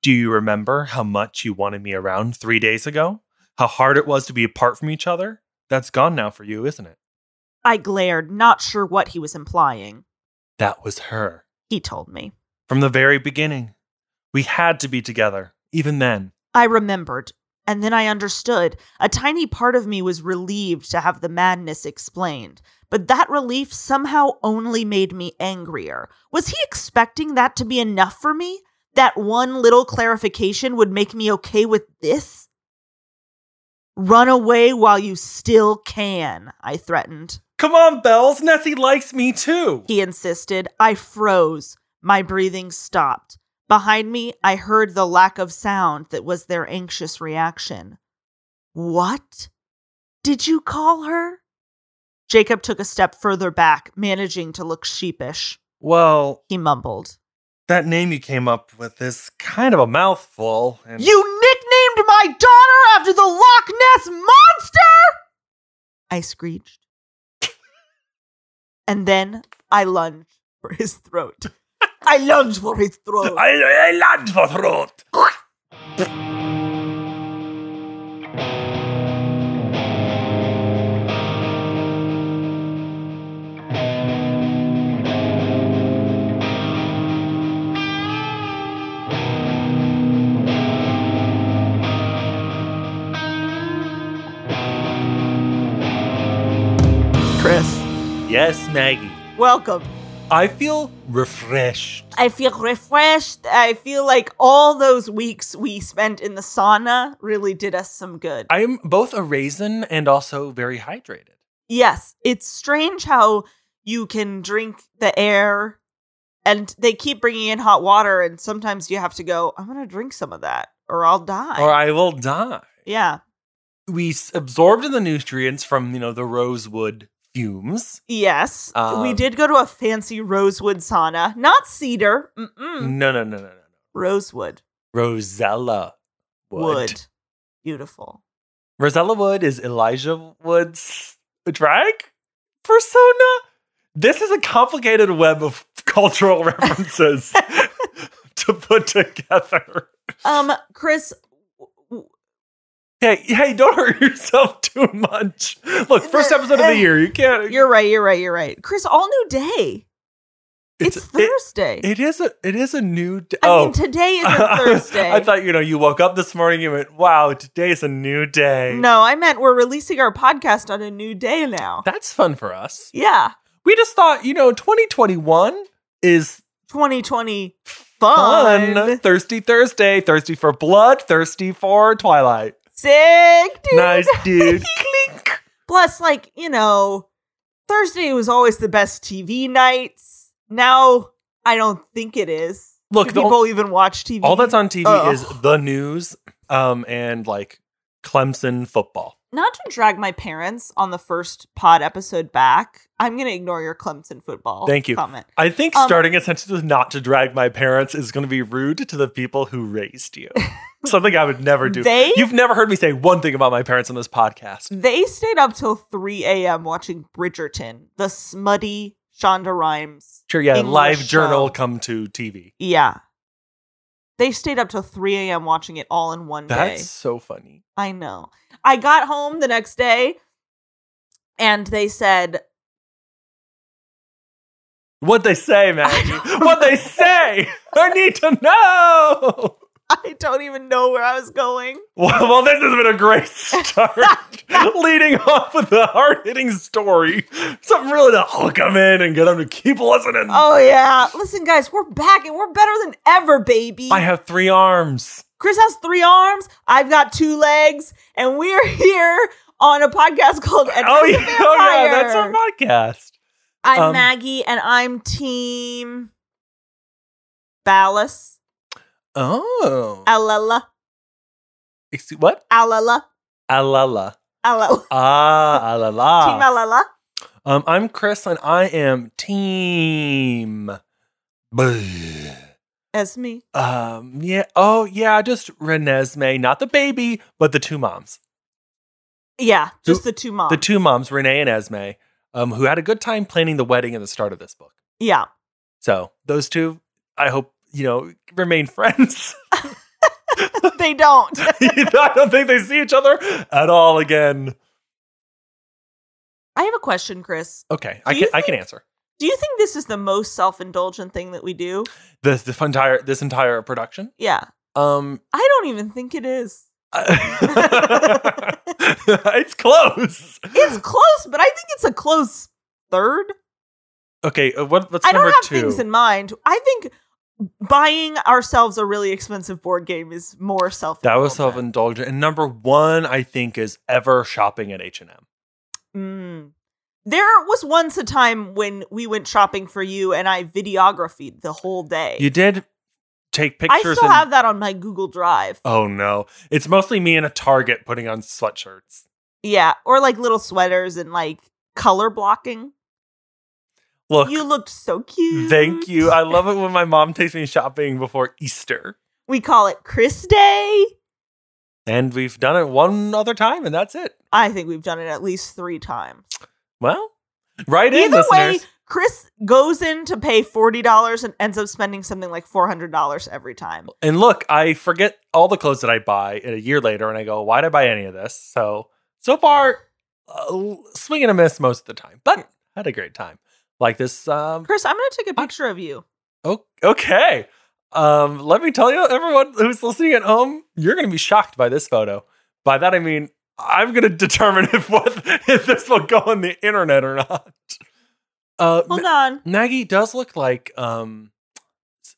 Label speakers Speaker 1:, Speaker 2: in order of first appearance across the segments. Speaker 1: Do you remember how much you wanted me around three days ago? How hard it was to be apart from each other? That's gone now for you, isn't it?
Speaker 2: I glared, not sure what he was implying.
Speaker 1: That was her.
Speaker 2: He told me.
Speaker 1: From the very beginning. We had to be together, even then.
Speaker 2: I remembered, and then I understood. A tiny part of me was relieved to have the madness explained, but that relief somehow only made me angrier. Was he expecting that to be enough for me? That one little clarification would make me okay with this? Run away while you still can, I threatened.
Speaker 1: Come on, Bells. Nessie likes me too.
Speaker 2: He insisted. I froze. My breathing stopped. Behind me, I heard the lack of sound that was their anxious reaction. What? Did you call her? Jacob took a step further back, managing to look sheepish.
Speaker 1: Well,
Speaker 2: He mumbled.
Speaker 1: that name you came up with is kind of a mouthful. And
Speaker 2: You nicknamed my daughter after the Loch Ness monster? I screeched. and then I lunged for his throat. I lunged for his throat.
Speaker 1: I, I land for throat.
Speaker 2: Chris,
Speaker 1: Yes, Maggie.
Speaker 2: welcome.
Speaker 1: I feel refreshed.
Speaker 2: I feel refreshed. I feel like all those weeks we spent in the sauna really did us some good.
Speaker 1: I am both a raisin and also very hydrated.
Speaker 2: Yes, it's strange how you can drink the air and they keep bringing in hot water and sometimes you have to go, I'm going to drink some of that or I'll die.
Speaker 1: Or I will die.
Speaker 2: yeah.
Speaker 1: We s- absorbed the nutrients from, you know, the rosewood fumes.
Speaker 2: Yes. we
Speaker 1: Um,
Speaker 2: did go to a fancy rosewood sauna, not cedar. Mm-mm.
Speaker 1: No, no, no, no, no.
Speaker 2: Rosewood.
Speaker 1: Rosella Wood.
Speaker 2: Wood. Beautiful.
Speaker 1: Rosella Wood is Elijah Wood's drag persona. This is a complicated web of cultural references to put together.
Speaker 2: Um Chris w- w-
Speaker 1: Hey, hey, don't hurt yourself too much. Look, first episode of the year. You can't.
Speaker 2: you're right, you're right, you're right. Chris, all new day. It's,
Speaker 1: it-
Speaker 2: Thursday.
Speaker 1: It is a it is a new day.
Speaker 2: I
Speaker 1: oh,
Speaker 2: mean today is a Thursday.
Speaker 1: I thought you know you woke up this morning. You went, wow, today's a new day.
Speaker 2: No, I meant we're releasing our podcast on a new day now.
Speaker 1: that's fun for us.
Speaker 2: Yeah,
Speaker 1: We just thought you know 2021 is
Speaker 2: 2020
Speaker 1: fun.
Speaker 2: fun.
Speaker 1: Thirsty Thursday, thirsty for blood, thirsty for Twilight.
Speaker 2: Sick, dude.
Speaker 1: Nice dude. Clink.
Speaker 2: Plus, like you know, Thursday was always the best TV nights. Now I don't think it is.
Speaker 1: Look,
Speaker 2: Do
Speaker 1: the-
Speaker 2: people even watch TV.
Speaker 1: all that's on TV
Speaker 2: Ugh.
Speaker 1: is the news, um, and like Clemson football.
Speaker 2: Not to drag my parents on the first pod episode back. I'm gonna ignore your Clemson football.
Speaker 1: Thank you.
Speaker 2: Comment.
Speaker 1: I think
Speaker 2: Um,
Speaker 1: starting a sentence with not to drag my parents is going to be rude to the people who raised you. Something I would never do.
Speaker 2: They-
Speaker 1: You've never heard me say one thing about my parents on this podcast.
Speaker 2: They stayed up till 3 a.m. watching Bridgerton, the smutty Shonda Rhimes
Speaker 1: Sure, yeah,
Speaker 2: English
Speaker 1: live journal
Speaker 2: show.
Speaker 1: come to TV.
Speaker 2: Yeah. They stayed up till 3 a.m. watching it all in one
Speaker 1: That's
Speaker 2: day.
Speaker 1: so funny.
Speaker 2: I know. I got home the next day and they said,
Speaker 1: What they say, Maggie? what they say? I need to know.
Speaker 2: I don't even know where I was going.
Speaker 1: Well, well, this has been a great start. Leading off with a hard-hitting story, something really to hook them in and get them to keep listening.
Speaker 2: Oh, yeah. Listen, guys, we're back and we're better than ever, baby.
Speaker 1: I have three arms.
Speaker 2: Chris has three arms, I've got two legs, and we're here on a podcast called Ed
Speaker 1: Oh
Speaker 2: Chris
Speaker 1: yeah,
Speaker 2: the
Speaker 1: oh yeah, that's
Speaker 2: Vampire.
Speaker 1: our podcast.
Speaker 2: I'm
Speaker 1: um,
Speaker 2: Maggie and I'm Team Ballas.
Speaker 1: Oh,
Speaker 2: Alala,
Speaker 1: excuse what?
Speaker 2: alala,
Speaker 1: Alala,
Speaker 2: alala.
Speaker 1: Oh, ah,
Speaker 2: Team
Speaker 1: alala.
Speaker 2: Alala.
Speaker 1: Um, I'm Chris, and I am team. Bleh.
Speaker 2: That's me.
Speaker 1: Um, yeah. Oh, yeah. Just Renesmee, not the baby, but the two moms,
Speaker 2: Yeah,
Speaker 1: Who-
Speaker 2: just the two moms.
Speaker 1: the two moms, Renee and Esme, um, who had a good time planning the wedding at the start of this book.
Speaker 2: Yeah.
Speaker 1: So those two, I hope you know, remain friends.
Speaker 2: they don't.
Speaker 1: I don't think they see each other at all again.
Speaker 2: I have a question, Chris.
Speaker 1: Okay, I
Speaker 2: Do
Speaker 1: can
Speaker 2: you
Speaker 1: I can answer
Speaker 2: Do you think this is the most self-indulgent thing that we do?
Speaker 1: this this entire this entire production.
Speaker 2: Yeah.
Speaker 1: Um,
Speaker 2: I don't even think it is.
Speaker 1: I- it's close.
Speaker 2: It's close, but I think it's a close third.
Speaker 1: Okay, uh, what what's
Speaker 2: I don't
Speaker 1: number
Speaker 2: have
Speaker 1: two?
Speaker 2: things in mind. I think buying ourselves a really expensive board game is more self.
Speaker 1: that was self indulgent. And number one, I think, is ever shopping at H and M.
Speaker 2: Mm. There was once a time when we went shopping for you, and I videographed the whole day.
Speaker 1: You did take
Speaker 2: I
Speaker 1: pictures.
Speaker 2: still
Speaker 1: and,
Speaker 2: have that on my Google Drive.
Speaker 1: Oh no, it's mostly me and a Target putting on sweatshirts.
Speaker 2: Yeah, or like little sweaters and like color blocking.
Speaker 1: Look,
Speaker 2: you looked so cute.
Speaker 1: thank you. I love it when my mom takes me shopping before Easter,
Speaker 2: We call it Chris Day.
Speaker 1: and we've done it one other time, and that's it.
Speaker 2: I think we've done it at least three times.
Speaker 1: Well, right in,
Speaker 2: Either way,
Speaker 1: listeners.
Speaker 2: Chris goes in to pay forty dollars and ends up spending something like four hundred dollars every time.
Speaker 1: And look, I forget all the clothes that I buy and a year later, and I go, "Why did I buy any of this?" So so far, uh, swing and a miss most of the time, but had a great time. Like this. Um,
Speaker 2: Chris, I'm gonna take a picture of you.
Speaker 1: o- okay. Um, let me tell you, everyone who's listening at home, you're going to be shocked by this photo. By that I mean I'm going to determine if what if this will go on the internet or not. Uh,
Speaker 2: Hold on.
Speaker 1: Maggie does look like um,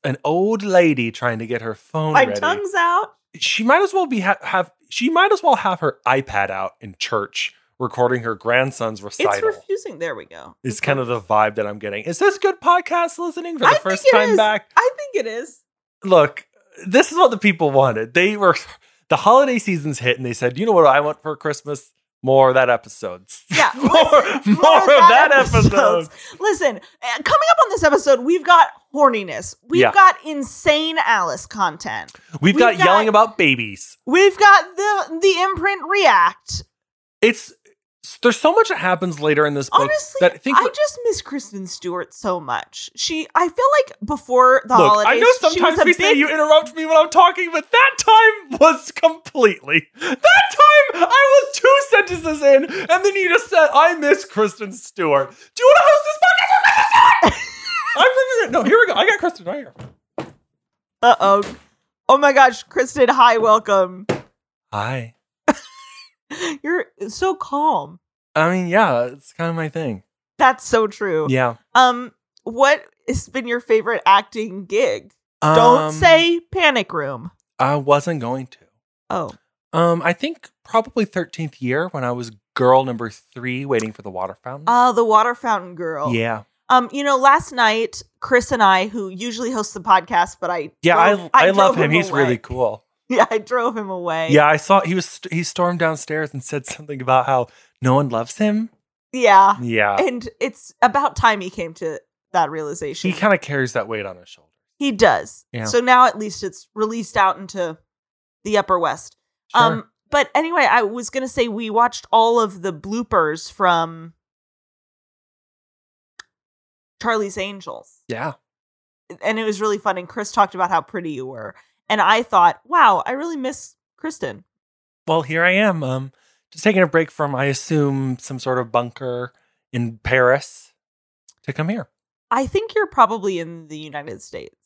Speaker 1: an old lady trying to get her phone.
Speaker 2: My
Speaker 1: ready
Speaker 2: tongue's out.
Speaker 1: she might as well be ha- have she might as well have her iPad out in church recording her grandson's
Speaker 2: It's
Speaker 1: recital. It's,
Speaker 2: refusing. There we go.
Speaker 1: kind of the vibe that I'm getting. Is this good podcast listening for the
Speaker 2: I think
Speaker 1: first
Speaker 2: it
Speaker 1: time
Speaker 2: is.
Speaker 1: back?
Speaker 2: I think it is.
Speaker 1: Look, this is what the people wanted. They were the holiday season's hit and they said, "You know what I want for Christmas?" More of that episode.
Speaker 2: Yeah,
Speaker 1: more,
Speaker 2: listen,
Speaker 1: more, of that, episode.
Speaker 2: Listen, uh, coming up on this episode, we've got horniness. We've
Speaker 1: Yeah.
Speaker 2: got insane Alice content.
Speaker 1: We've
Speaker 2: We've
Speaker 1: got,
Speaker 2: got-
Speaker 1: yelling about babies.
Speaker 2: We've got the the imprint react.
Speaker 1: It's there's so much that happens later in this book
Speaker 2: Honestly,
Speaker 1: that I think
Speaker 2: I just miss Kristen Stewart so much. She, I feel like before the
Speaker 1: Look,
Speaker 2: holidays,
Speaker 1: I know sometimes
Speaker 2: she
Speaker 1: we
Speaker 2: was a
Speaker 1: say
Speaker 2: big,
Speaker 1: you interrupt me when I'm talking, but that time was completely. That time I was two sentences in, and then you just said, I miss Kristen Stewart. Do you want to host this podcast with Kristen Stewart? I'm bringing it. No, here we go. I got Kristen right here.
Speaker 2: Uh oh, oh my gosh, Kristen, hi, welcome.
Speaker 1: Hi.
Speaker 2: You're so calm.
Speaker 1: I mean, yeah, it's kind of my thing.
Speaker 2: That's so true.
Speaker 1: Yeah.
Speaker 2: Um, what has been your favorite acting gig?
Speaker 1: Um,
Speaker 2: Don't say Panic Room.
Speaker 1: I wasn't going to.
Speaker 2: Oh,
Speaker 1: Um, I think probably 13th year when I was girl number three waiting for the water fountain.
Speaker 2: oh, the water fountain girl.
Speaker 1: yeah.
Speaker 2: Um, you know, last night Chris and I, who usually hosts the podcast, but I
Speaker 1: Yeah,
Speaker 2: drove-
Speaker 1: I, I
Speaker 2: drove
Speaker 1: love him. He's
Speaker 2: away.
Speaker 1: really cool.
Speaker 2: yeah, I drove him away.
Speaker 1: Yeah, I saw he was st- he stormed downstairs and said something about how no one loves him.
Speaker 2: yeah.
Speaker 1: Yeah.
Speaker 2: And it's about time he came to that realization.
Speaker 1: He kind of carries that weight on his shoulder.
Speaker 2: He does.
Speaker 1: Yeah.
Speaker 2: So now at least it's released out into the upper west. Um but anyway, I was going to say we watched all of the bloopers from Charlie's Angels.
Speaker 1: yeah.
Speaker 2: And it was really fun and Chris talked about how pretty you were. And I thought, "Wow, I really miss Kristen."
Speaker 1: Well, here I am. Um just taking a break from I assume some sort of bunker in Paris to come here.
Speaker 2: I think you're probably in the United States.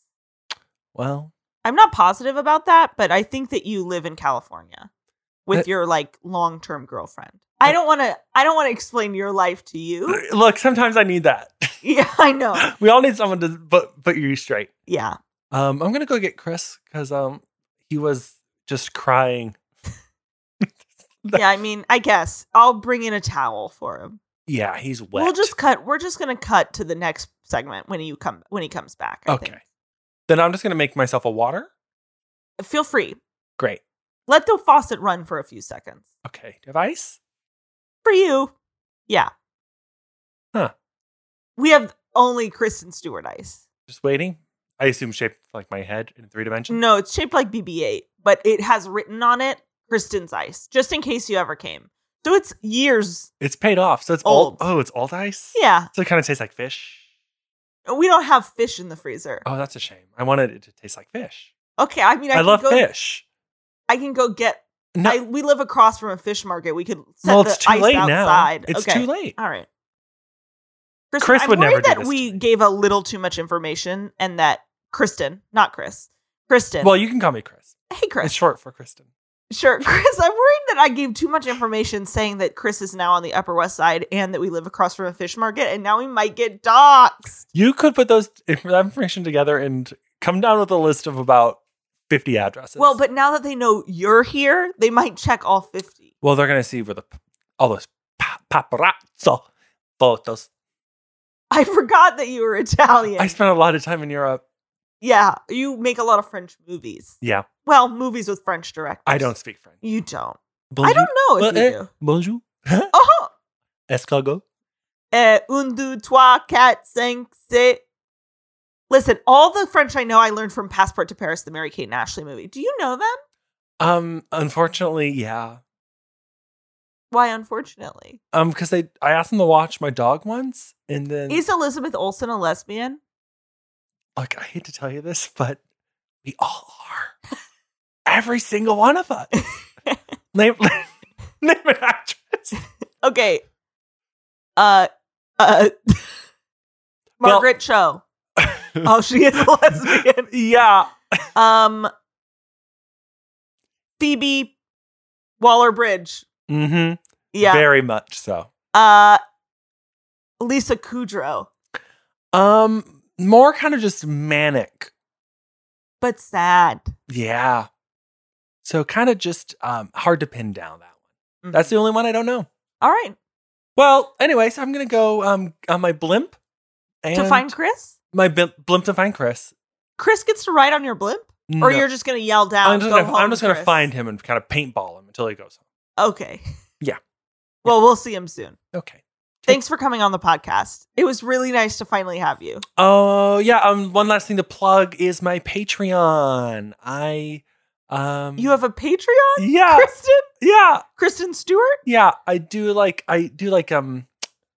Speaker 1: Well,
Speaker 2: I'm not positive about that, but I think that you live in California with
Speaker 1: That-
Speaker 2: your like long-term girlfriend. I don't want to I don't want to explain your life to you.
Speaker 1: look, sometimes I need that.
Speaker 2: Yeah, I know.
Speaker 1: we all need someone to put put you straight.
Speaker 2: Yeah.
Speaker 1: Um I'm going to go get Chris cuz um he was just crying.
Speaker 2: Yeah, I mean, I guess I'll bring in a towel for him.
Speaker 1: Yeah, he's wet.
Speaker 2: We'll just cut we're just going to cut to the next segment when you come when he comes back, I
Speaker 1: Okay.
Speaker 2: think.
Speaker 1: Then I'm just going to make myself a water.
Speaker 2: Feel free.
Speaker 1: Great.
Speaker 2: Let the faucet run for a few seconds.
Speaker 1: Okay. Device?
Speaker 2: For you. Yeah.
Speaker 1: Huh.
Speaker 2: We have only Kristen Stewart ice.
Speaker 1: just waiting. I assume shaped like my head in three dimensions.
Speaker 2: No, it's shaped like BB 8, but it has written on it Kristen's Ice, just in case you ever came. So it's years.
Speaker 1: It's paid off, so it's
Speaker 2: Old.
Speaker 1: all. Oh, it's old ice.
Speaker 2: Yeah.
Speaker 1: So it kind of tastes like fish.
Speaker 2: We don't have fish in the freezer.
Speaker 1: Oh, that's a shame. Oh. I wanted it to taste like fish.
Speaker 2: Okay. I mean, I,
Speaker 1: I,
Speaker 2: can
Speaker 1: love
Speaker 2: go,
Speaker 1: fish.
Speaker 2: I can go get.
Speaker 1: No.
Speaker 2: I, we live across from a fish market. We could set
Speaker 1: well,
Speaker 2: the
Speaker 1: it's too
Speaker 2: ice
Speaker 1: late
Speaker 2: outside.
Speaker 1: now. It's
Speaker 2: okay.
Speaker 1: too late.
Speaker 2: All right.
Speaker 1: Chris
Speaker 2: I'm
Speaker 1: would never
Speaker 2: worried
Speaker 1: do
Speaker 2: that
Speaker 1: this to
Speaker 2: we
Speaker 1: me.
Speaker 2: gave a little too much information, and that Kristen, not Chris, Kristen.
Speaker 1: Well, you can call me Chris.
Speaker 2: hey,
Speaker 1: It's
Speaker 2: Chris.
Speaker 1: short for Kristen.
Speaker 2: Sure, Chris. I'm worried that I gave too much information, saying that Chris is now on the Upper West Side and that we live across from a fish market, and now we might get doxxed.
Speaker 1: You could put those that information together and come down with a list of about 50 addresses.
Speaker 2: Well, but now that they know you're here, they might check all fifty.
Speaker 1: well, they're going to see where the all those pa- paparazzo photos.
Speaker 2: I forgot that you were Italian.
Speaker 1: I spent a lot of time in Europe.
Speaker 2: yeah, you make a lot of French movies.
Speaker 1: Yeah.
Speaker 2: Well, movies with French directors.
Speaker 1: I don't speak French.
Speaker 2: You don't. I
Speaker 1: Bonjour.
Speaker 2: don't know if
Speaker 1: Well,
Speaker 2: you
Speaker 1: eh,
Speaker 2: do.
Speaker 1: Bonjour.
Speaker 2: Oh,
Speaker 1: Escargot.
Speaker 2: uh, un, deux, trois, quatre, cinq, six. Listen, all the French I know I learned from Passport to Paris, the Mary Kate and Ashley movie. Do you know them?
Speaker 1: Um, unfortunately, yeah.
Speaker 2: Why, unfortunately.
Speaker 1: Um, because they I asked them to watch my dog once, and then
Speaker 2: Is Elizabeth Olsen a lesbian?
Speaker 1: look, I hate to tell you this, but we all are. Every single one of us. name, name an actress.
Speaker 2: Okay. Uh, uh,
Speaker 1: Well-
Speaker 2: Margaret Cho. Oh, she is a lesbian.
Speaker 1: yeah.
Speaker 2: Um, Phoebe Waller Bridge.
Speaker 1: Mm-hmm.
Speaker 2: Yeah.
Speaker 1: Very much so.
Speaker 2: uh, Lisa Kudrow,
Speaker 1: Um, more kind of just manic.
Speaker 2: but sad.
Speaker 1: Yeah. So kind of just um hard to pin down that one.
Speaker 2: Mhm.
Speaker 1: That's the only one I don't know.
Speaker 2: All right.
Speaker 1: Well, anyway, so I'm gonna go um on my blimp and
Speaker 2: to find Chris?
Speaker 1: my bl- blimp to find Chris.
Speaker 2: Chris gets to ride on your blimp? Or
Speaker 1: No.
Speaker 2: you're just going to yell down?
Speaker 1: I'm just
Speaker 2: "Go
Speaker 1: gonna
Speaker 2: home,
Speaker 1: I'm just gonna
Speaker 2: Chris."
Speaker 1: find him and kind of paintball him until he goes
Speaker 2: Okay.
Speaker 1: Yeah.
Speaker 2: Well, we'll see him soon.
Speaker 1: home. Okay.
Speaker 2: Thanks for coming on the podcast. It was really nice to finally have you.
Speaker 1: Oh yeah. Um. One last thing to plug is my Patreon. I um.
Speaker 2: You have a Patreon?
Speaker 1: yeah
Speaker 2: Kristen?
Speaker 1: yeah
Speaker 2: Kristen Stewart?
Speaker 1: yeah. I do like I do like um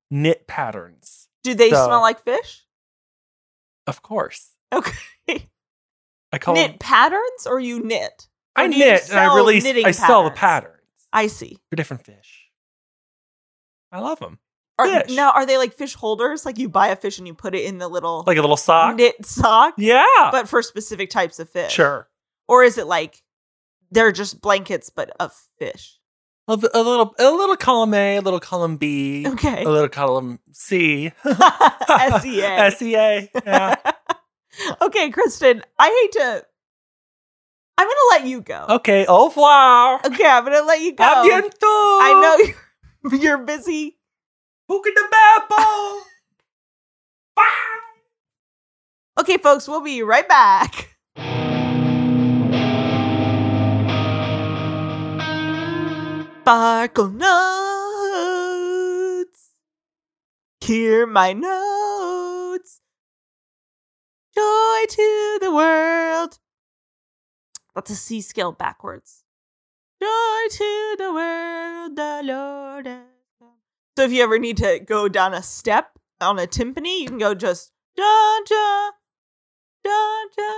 Speaker 1: knit patterns.
Speaker 2: Do they
Speaker 1: Duh.
Speaker 2: smell like fish?
Speaker 1: Of course.
Speaker 2: Okay.
Speaker 1: I call
Speaker 2: knit
Speaker 1: them,
Speaker 2: patterns or you knit?
Speaker 1: I
Speaker 2: or do you
Speaker 1: knit and I
Speaker 2: sell
Speaker 1: release
Speaker 2: knitting
Speaker 1: I sell the
Speaker 2: patterns?
Speaker 1: patterns.
Speaker 2: I see.
Speaker 1: They're different fish. I love them.
Speaker 2: Are,
Speaker 1: Fish.
Speaker 2: now, are they like fish holders? Like you buy a fish and you put it in the little
Speaker 1: Like a little sock.
Speaker 2: knit sock,
Speaker 1: Yeah.
Speaker 2: but for specific types of fish?
Speaker 1: sure.
Speaker 2: Or is it like they're just blankets but of fish?
Speaker 1: A, a little a little column A, a little column B,
Speaker 2: Okay. E
Speaker 1: a little column C.
Speaker 2: SEA.
Speaker 1: SEA. Yeah.
Speaker 2: okay, Kristen, I hate to. I'm going to let you go.
Speaker 1: Okay, au revoir.
Speaker 2: Okay, I'm going to let you go.
Speaker 1: A bientôt.
Speaker 2: I know you're, you're busy.
Speaker 1: Who can the babble?
Speaker 2: Okay, folks, we'll be right back. Sparkle notes. Hear my notes. Joy to the world. That's a C scale backwards. Joy to the world, the Lord. has come. So if you ever need to go down a step on a timpani, you can go just da da da da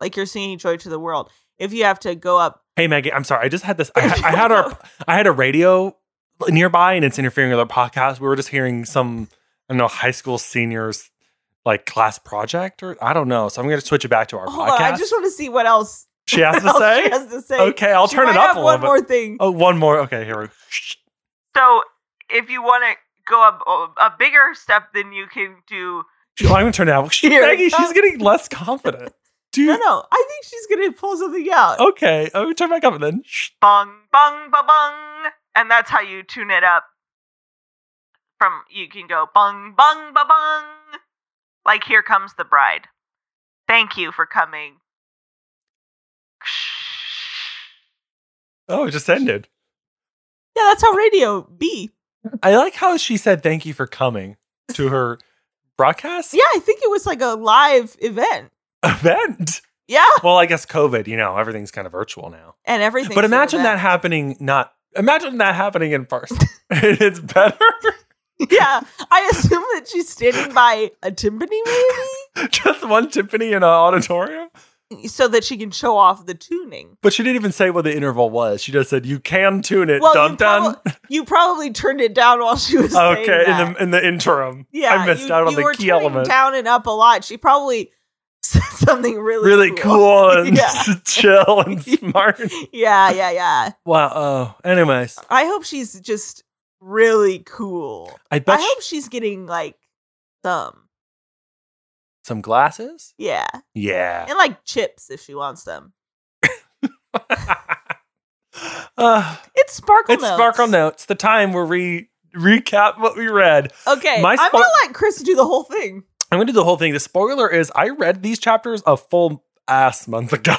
Speaker 2: like you're singing joy to the world if you have to go up
Speaker 1: Hey Maggie, I'm sorry. I just had this. I, I had our. I had a radio nearby, and it's interfering with our podcast. We were just hearing some. I don't know high school seniors like class project or I don't know. So I'm going to switch it back to our
Speaker 2: hold
Speaker 1: podcast.
Speaker 2: on i just want to see what else,
Speaker 1: she has to
Speaker 2: else
Speaker 1: say.
Speaker 2: she has to say
Speaker 1: okay, I'll
Speaker 2: She
Speaker 1: turn it
Speaker 2: might
Speaker 1: up a
Speaker 2: have one
Speaker 1: little
Speaker 2: more
Speaker 1: bit.
Speaker 2: thing
Speaker 1: Oh, one more. Okay, here we.
Speaker 2: so if you want to go up oh, a bigger step then you can do
Speaker 1: She- I'm going to turn it out.
Speaker 2: Here.
Speaker 1: Maggie, she's getting less confident.
Speaker 2: no
Speaker 1: Dude.
Speaker 2: no i think she's gonna pull something out
Speaker 1: Okay, Oh, I'm going to turn back up and then.
Speaker 2: bung bung ba bung and that's how you tune it up from you can go bung bung ba bung like here comes the bride thank you for coming
Speaker 1: Oh, it just ended.
Speaker 2: yeah that's how radio be
Speaker 1: I like how she said thank you for coming to her broadcast
Speaker 2: yeah i think it was like a live event
Speaker 1: event.
Speaker 2: yeah
Speaker 1: Well, I guess COVID, you know, everything's kind of virtual now.
Speaker 2: and everything
Speaker 1: But imagine that happening not imagine that happening in person. it's better.
Speaker 2: yeah i assume that she's standing by a timpani maybe
Speaker 1: Just one timpani in an auditorium.
Speaker 2: so that she can show off the tuning.
Speaker 1: But she didn't even say what the interval was. She just said, "You can tune it."
Speaker 2: Well,
Speaker 1: dun
Speaker 2: you,
Speaker 1: dun.
Speaker 2: proba- you probably turned it down while she was saying
Speaker 1: okay, in
Speaker 2: that.
Speaker 1: the in the interim,
Speaker 2: yeah,
Speaker 1: I missed
Speaker 2: you,
Speaker 1: out on
Speaker 2: you
Speaker 1: the
Speaker 2: were
Speaker 1: key
Speaker 2: turning
Speaker 1: element.
Speaker 2: down and up a lot. She probably said something really
Speaker 1: Really cool and
Speaker 2: Yeah.
Speaker 1: chill and smart.
Speaker 2: Yeah, yeah, yeah.
Speaker 1: Wow. Oh, anyways,
Speaker 2: I hope she's just really cool.
Speaker 1: I bet
Speaker 2: I
Speaker 1: she-
Speaker 2: hope she's getting like some.
Speaker 1: some glasses.
Speaker 2: Yeah.
Speaker 1: Yeah.
Speaker 2: And like chips if she wants them.
Speaker 1: Uh,
Speaker 2: It's sparkle
Speaker 1: it's
Speaker 2: notes.
Speaker 1: Sparkle Notes, the time where we recap what we read.
Speaker 2: Okay.
Speaker 1: My
Speaker 2: I'm
Speaker 1: spar-
Speaker 2: gonna let Chris do the whole thing.
Speaker 1: I'm going to do the whole thing. The spoiler is I read these chapters a full ass month ago.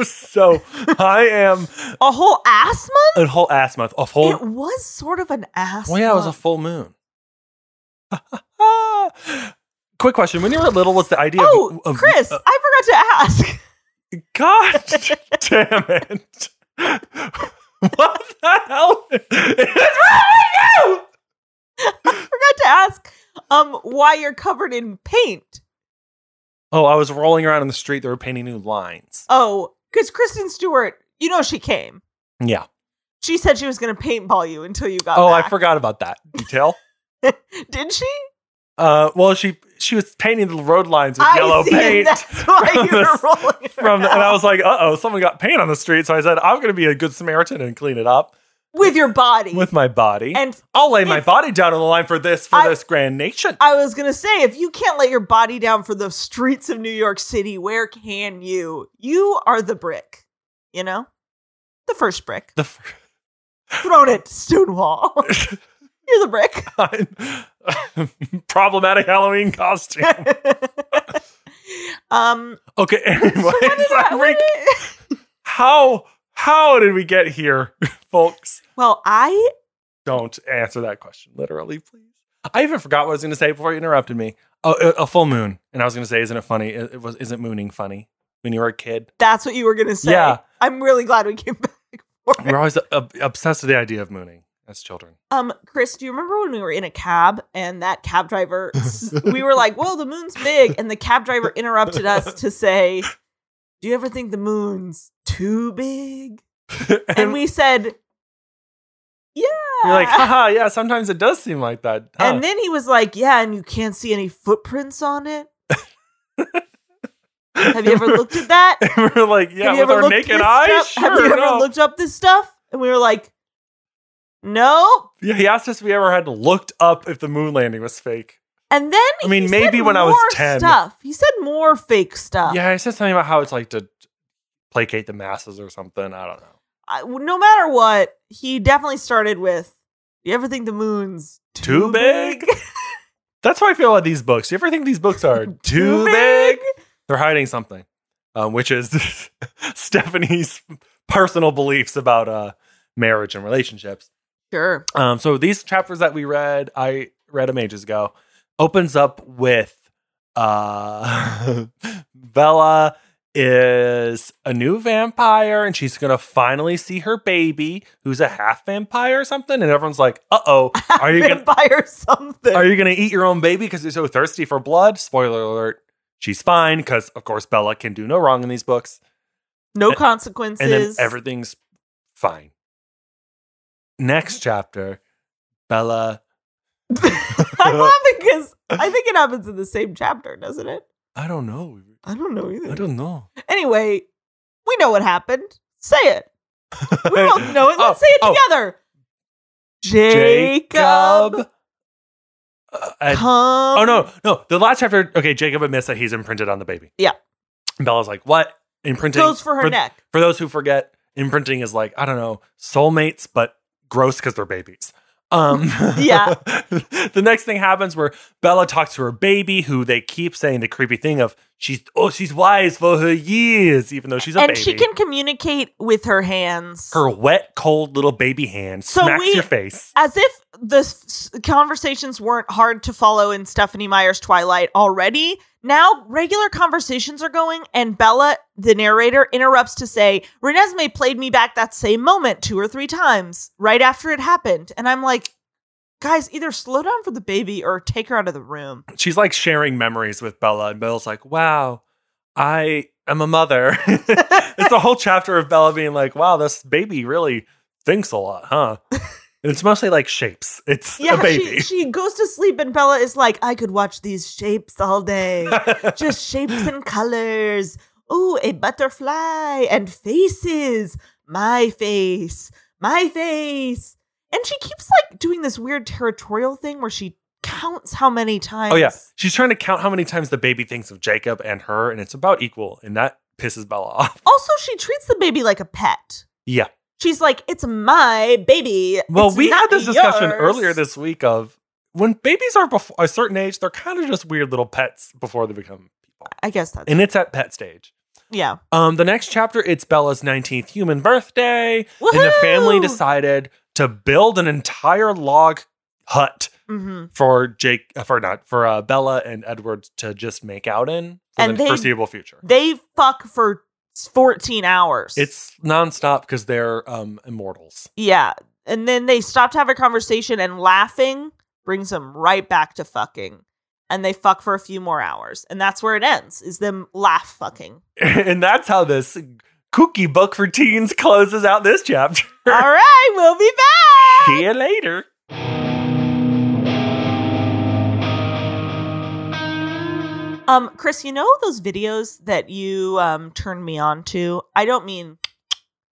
Speaker 1: so I am
Speaker 2: A whole ass month?
Speaker 1: a whole ass month. A full.
Speaker 2: It was sort of an ass
Speaker 1: well, yeah, it was a
Speaker 2: month.
Speaker 1: full moon. Quick question. When you were little, was the idea
Speaker 2: Oh,
Speaker 1: of, of.
Speaker 2: Chris,
Speaker 1: uh,
Speaker 2: I forgot to ask.
Speaker 1: God damn it. what the hell is wrong with you?
Speaker 2: forgot to ask um why you're covered in paint.
Speaker 1: Oh, I was rolling around in the street. They were painting new lines.
Speaker 2: Oh, because Kristen Stewart, you know she came.
Speaker 1: Yeah.
Speaker 2: She said she was gonna paintball you until you got
Speaker 1: Oh, I
Speaker 2: back.
Speaker 1: forgot about that detail.
Speaker 2: Did she?
Speaker 1: Uh, well, she she was painting the road lines with yellow
Speaker 2: see,
Speaker 1: paint.
Speaker 2: And that's why
Speaker 1: from
Speaker 2: you were
Speaker 1: the-
Speaker 2: rolling
Speaker 1: From the,
Speaker 2: around.
Speaker 1: and I was like, uh oh, someone got paint on the street. So I said, I'm going to be a good Samaritan and clean it up
Speaker 2: with your body.
Speaker 1: with my body.
Speaker 2: and
Speaker 1: I'll lay my
Speaker 2: if-
Speaker 1: body down on the line for this for
Speaker 2: I-
Speaker 1: this grand nation.
Speaker 2: I was gonna say, if you can't let your body down for the streets of New York City, where can you? You are the brick, you know, the first brick
Speaker 1: The f-
Speaker 2: thrown at Stonewall. You're the brick.
Speaker 1: problematic Halloween costume.
Speaker 2: um.
Speaker 1: Okay,
Speaker 2: so
Speaker 1: anyways,
Speaker 2: what did I-
Speaker 1: I'm
Speaker 2: what
Speaker 1: re-
Speaker 2: did-
Speaker 1: how how did we get here, folks?
Speaker 2: well, I
Speaker 1: don't answer that question literally, please. I even forgot what I was going to say before you interrupted me. Oh, a, a full moon, and I was going to say, isn't it funny? It, it was, isn't mooning funny when you were a kid?
Speaker 2: that's what you were gonna say.
Speaker 1: Yeah.
Speaker 2: I'm really glad we came back. for it.
Speaker 1: We're always uh, obsessed with the idea of mooning as children.
Speaker 2: Um, Chris, do you remember when we were in a cab and that cab driver? we were like, "Whoa, the moon's big!" And the cab driver interrupted us to say, "Do you ever think the moon's too big?" And we said, "Yeah."
Speaker 1: are like, haha, yeah. Sometimes it does seem like that. huh?"
Speaker 2: and then he was like, "Yeah," and you can't see any footprints on it. Have you ever looked at that?
Speaker 1: And we're like, yeah,
Speaker 2: Have you
Speaker 1: with
Speaker 2: ever
Speaker 1: our
Speaker 2: looked
Speaker 1: naked
Speaker 2: this
Speaker 1: eyes.
Speaker 2: stuff- Have you
Speaker 1: Sure,
Speaker 2: ever
Speaker 1: no.
Speaker 2: looked up this stuff? And we were like, "No."
Speaker 1: Yeah, he asked us if we ever had looked up if the moon landing was fake.
Speaker 2: And then
Speaker 1: I mean,
Speaker 2: he
Speaker 1: maybe
Speaker 2: said
Speaker 1: when I was
Speaker 2: more
Speaker 1: 10.
Speaker 2: stuff. He said more fake stuff.
Speaker 1: Yeah, he said something about how it's like to placate the masses or something. I don't know.
Speaker 2: I, no matter what, he definitely started with, "Do you ever think the moon's too,
Speaker 1: Too big? That's how I feel about these books. You ever think these books are too, big? They're hiding something, um, which is Stephanie's personal beliefs about uh, marriage and relationships.
Speaker 2: Sure.
Speaker 1: Um, so these chapters that we read, I read them ages ago, opens up with uh, Bella is a new vampire and she's gonna finally see her baby who's a half vampire or something and everyone's like uh-oh are you gonna
Speaker 2: vampire something?
Speaker 1: are you going to eat your own baby because you're so thirsty for blood? Spoiler alert. She's fine because, of course, Bella can do no wrong in these books.
Speaker 2: no
Speaker 1: and-
Speaker 2: consequences.
Speaker 1: And then everything's fine. Next chapter, Bella.
Speaker 2: I love it because I think it happens in the same chapter, doesn't it?
Speaker 1: I don't know.
Speaker 2: I don't know either.
Speaker 1: I don't know.
Speaker 2: Anyway, we know what happened. Say it. We both know it.
Speaker 1: Oh,
Speaker 2: Let's say it
Speaker 1: oh,
Speaker 2: together. Jacob,
Speaker 1: Uh, and-
Speaker 2: come.
Speaker 1: oh, no. No. The last chapter, okay, Jacob admits that he's imprinted on the baby.
Speaker 2: Yeah.
Speaker 1: Bella's like, what? Imprinting.
Speaker 2: Goes for her neck.
Speaker 1: For those who forget, imprinting is like, I don't know, soulmates, but gross because they're babies. Um,
Speaker 2: Yeah.
Speaker 1: the next thing happens where Bella talks to her baby, who they keep saying the creepy thing of she's oh she's wise for her years, even though she's a
Speaker 2: and
Speaker 1: baby.
Speaker 2: she can communicate with her hands.
Speaker 1: her wet, cold little baby hand
Speaker 2: So
Speaker 1: smacks
Speaker 2: we-
Speaker 1: your face.
Speaker 2: as if the s- conversations weren't hard to follow in Stephanie Meyer's Twilight already, now regular conversations are going, and Bella, the narrator, interrupts to say, Renesmee played me back that same moment two or three times right after it happened. And I'm like, guys, either slow down for the baby or take her out of the room.
Speaker 1: She's like sharing memories with Bella, and Bella's like, "Wow, I am a mother. it's a whole chapter of Bella being like, wow, this baby really thinks a lot, huh? And it's mostly like shapes. It's
Speaker 2: Yeah,
Speaker 1: a baby.
Speaker 2: She, she goes to sleep and Bella is like, I could watch these shapes all day. Just shapes and colors. Ooh, a butterfly and faces. My face. My face. And she keeps like doing this weird territorial thing where she counts how many times.
Speaker 1: oh, yeah. She's trying to count how many times the baby thinks of Jacob and her, and it's about equal. And that pisses Bella off.
Speaker 2: Also, she treats the baby like a pet.
Speaker 1: Yeah.
Speaker 2: She's like, it's my baby.
Speaker 1: Well,
Speaker 2: It's
Speaker 1: we had
Speaker 2: not
Speaker 1: this discussion
Speaker 2: yours."
Speaker 1: earlier this week of when babies are before a certain age, they're kind of just weird little pets before they become people.
Speaker 2: I guess that's
Speaker 1: And it's at pet stage.
Speaker 2: yeah.
Speaker 1: Um, the next chapter, it's Bella's 19th human birthday, and the family
Speaker 2: Woohoo!
Speaker 1: decided to build an entire log hut
Speaker 2: Mhm.
Speaker 1: for Jake, uh, for not for uh, Bella and Edward to just make out in for
Speaker 2: And
Speaker 1: the
Speaker 2: they-
Speaker 1: foreseeable future.
Speaker 2: They fuck for fourteen hours.
Speaker 1: It's nonstop because they're um, immortals.
Speaker 2: Yeah. And then they stop to have a conversation, and laughing brings them right back to fucking. And they fuck for a few more hours. And that's where it ends, is them laugh fucking.
Speaker 1: and that's how this kooky book for teens closes out this chapter.
Speaker 2: All right, we'll be back.
Speaker 1: See you later.
Speaker 2: Um, Chris, you know those videos that you um turned me on to? I don't mean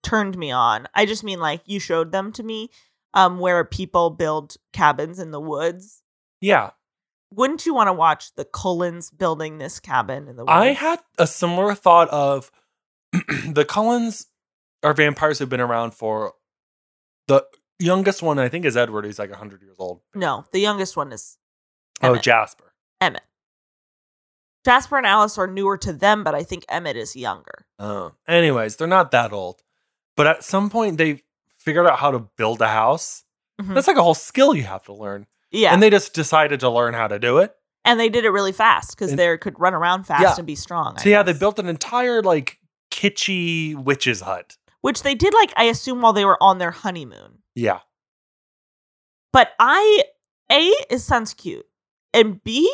Speaker 2: turned me on. I just mean like you showed them to me, um, where people build cabins in the woods.
Speaker 1: Yeah,
Speaker 2: Wouldn't you want to watch the Cullens building this cabin in the woods?
Speaker 1: I had a similar thought of the Cullens are vampires who've been around for the youngest one. I think is Edward. He's like hundred years old.
Speaker 2: no. The youngest one is
Speaker 1: Oh,
Speaker 2: Emmett.
Speaker 1: Jasper.
Speaker 2: Emmett. Jasper and Alice are newer to them, but I think Emmett is younger.
Speaker 1: Oh. Anyways, they're not that old, but at some point they figured out how to build a house.
Speaker 2: Mhm.
Speaker 1: That's like a whole skill you have to learn,
Speaker 2: Yeah,
Speaker 1: and they just decided to learn how to do it.
Speaker 2: and they did it really fast because
Speaker 1: And-
Speaker 2: they could run around fast
Speaker 1: Yeah.
Speaker 2: and be strong. I
Speaker 1: so yeah, they
Speaker 2: guess.
Speaker 1: built an entire like kitschy witch's hut.
Speaker 2: which they did like I assume while they were on their honeymoon.
Speaker 1: Yeah,
Speaker 2: But I A it sounds cute. And B,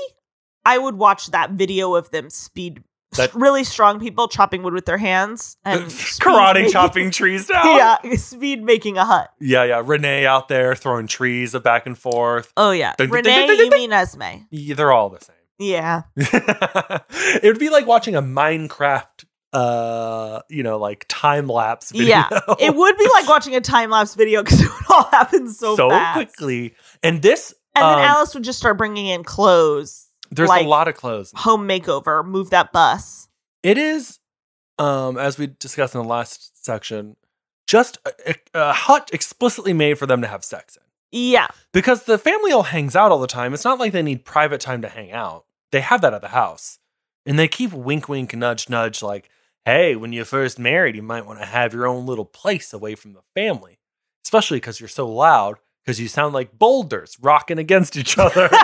Speaker 2: I would watch that video of them speed
Speaker 1: That- Uh,
Speaker 2: really strong people chopping wood with their hands and speed
Speaker 1: karate
Speaker 2: making-
Speaker 1: chopping trees down.
Speaker 2: Yeah, speed making a hut.
Speaker 1: yeah, yeah. Renee out there throwing trees back and forth.
Speaker 2: Oh yeah.
Speaker 1: Dun, dun, dun, dun,
Speaker 2: Renee,
Speaker 1: dun,
Speaker 2: you
Speaker 1: dun.
Speaker 2: mean Esme.
Speaker 1: Yeah, they're all the same.
Speaker 2: Yeah.
Speaker 1: it would be like watching a Minecraft, uh, you know, like time lapse video.
Speaker 2: Yeah. It would be like watching a time lapse video because it would all happen so, fast.
Speaker 1: quickly. And this,
Speaker 2: And then
Speaker 1: um,
Speaker 2: Alice would just start bringing in clothes,
Speaker 1: there's
Speaker 2: like-
Speaker 1: a lot of clothes.
Speaker 2: home makeover, move that bus.
Speaker 1: It is, um, as we discussed in the last section, just a, a, a hut explicitly made for them to have sex in.
Speaker 2: Yeah.
Speaker 1: Because the family all hangs out all the time. It's not like they need private time to hang out. They have that at the house. And they keep wink, wink, nudge, nudge, like, hey, when you're first married, you might want to have your own little place away from the family, especially because you're so loud, because you sound like boulders rocking against each other.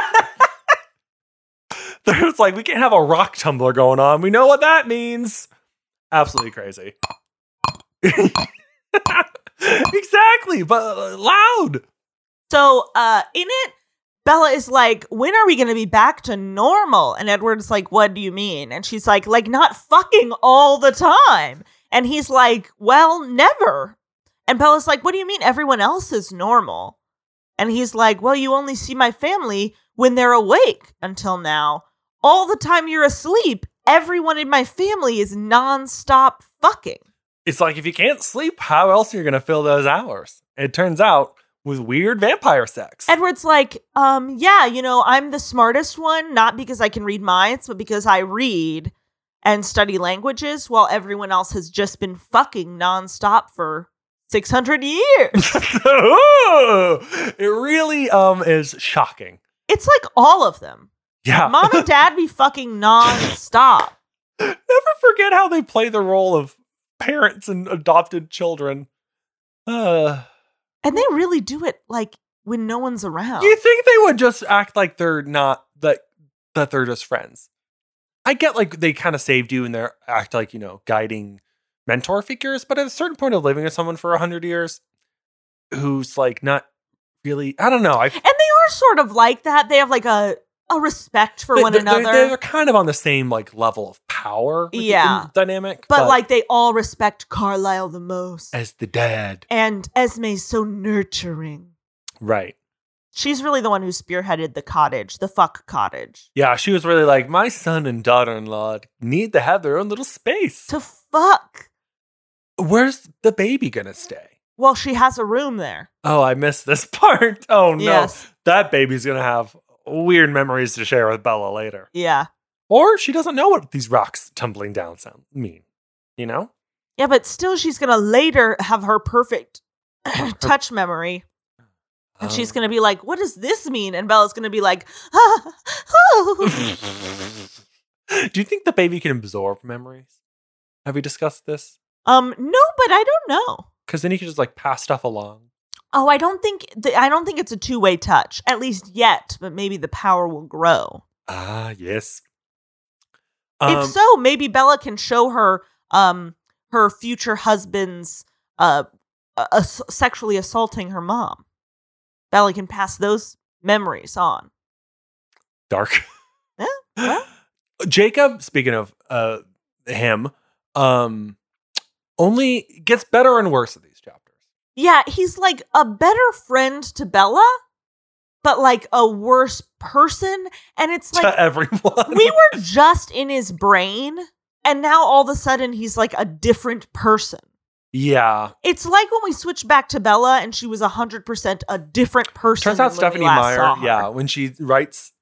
Speaker 1: They're just like, we can't have a rock tumbler going on. We know what that means. Absolutely crazy. exactly, but uh, loud.
Speaker 2: So uh in it, Bella is like, when are we gonna be back to normal? And Edward's like, what do you mean? And she's like, like not fucking all the time. And he's like, well, never. And Bella's like, what do you mean everyone else is normal? And he's like, well, you only see my family when they're awake until now. All the time you're asleep, everyone in my family is nonstop fucking.
Speaker 1: it's like if you can't sleep, how else are you going to fill those hours? It turns out with weird vampire sex.
Speaker 2: Edward's like, um, yeah, you know, I'm the smartest one, not because I can read minds, but because I read and study languages while everyone else has just been fucking nonstop for 600 years.
Speaker 1: Ooh, it really um is shocking.
Speaker 2: it's like all of them.
Speaker 1: Yeah.
Speaker 2: Mom and dad be fucking nonstop.
Speaker 1: Never forget how they play the role of parents and adopted children. Uh,
Speaker 2: And they really do it like when no one's around.
Speaker 1: You think they would just act like they're not that that they're just friends? I get like they kind of saved you and they're act like you know guiding mentor figures, but at a certain point of living with someone for a hundred years, who's like not really I don't know I
Speaker 2: and they are sort of like that. They have like a a respect for
Speaker 1: They-
Speaker 2: one
Speaker 1: they-
Speaker 2: another.
Speaker 1: They're, they're kind of on the same like level of power. with the-
Speaker 2: Yeah.
Speaker 1: in- dynamic.
Speaker 2: but, like they all respect Carlisle the most.
Speaker 1: as the dad,
Speaker 2: and Esme's so nurturing.
Speaker 1: right?
Speaker 2: She's really the one who spearheaded the cottage, the fuck cottage.
Speaker 1: Yeah, she was really like my son and daughter-in-law need to have their own little space.
Speaker 2: To fuck.
Speaker 1: Where's the baby gonna stay?
Speaker 2: Well, she has a room there.
Speaker 1: Oh, I missed this part. Oh no,
Speaker 2: Yes.
Speaker 1: that baby's gonna have weird memories to share with Bella later,
Speaker 2: Yeah.
Speaker 1: or she doesn't know what these rocks tumbling down sound mean. You know,
Speaker 2: Yeah, but still she's going to later have her perfect touch memory. And she's
Speaker 1: Um,
Speaker 2: going to be like, what does this mean? And Bella's going to be like,
Speaker 1: Do you think the baby can absorb memories? Have we discussed this?
Speaker 2: um, no, but I don't know.
Speaker 1: Because then you can just like pass stuff along.
Speaker 2: Oh, I don't think th- I don't think it's a two-way touch, at least yet, but maybe the power will grow.
Speaker 1: Ah, yes. Um,
Speaker 2: if so, maybe Bella can show her um her future husband's uh ass- sexually assaulting her mom. Bella can pass those memories on.
Speaker 1: dark.
Speaker 2: Yeah, well.
Speaker 1: Jacob, speaking of uh him, um only gets better and worse in these chapters.
Speaker 2: Yeah, he's like a better friend to Bella, but like a worse person, and it's like
Speaker 1: to everyone.
Speaker 2: we were just in his brain and now all of a sudden he's like a different person
Speaker 1: yeah.
Speaker 2: it's like when we switched back to bella and she was 100% a different person
Speaker 1: Turns out
Speaker 2: than when we
Speaker 1: Stephanie
Speaker 2: last
Speaker 1: Meyer,
Speaker 2: saw her.
Speaker 1: yeah, when she writes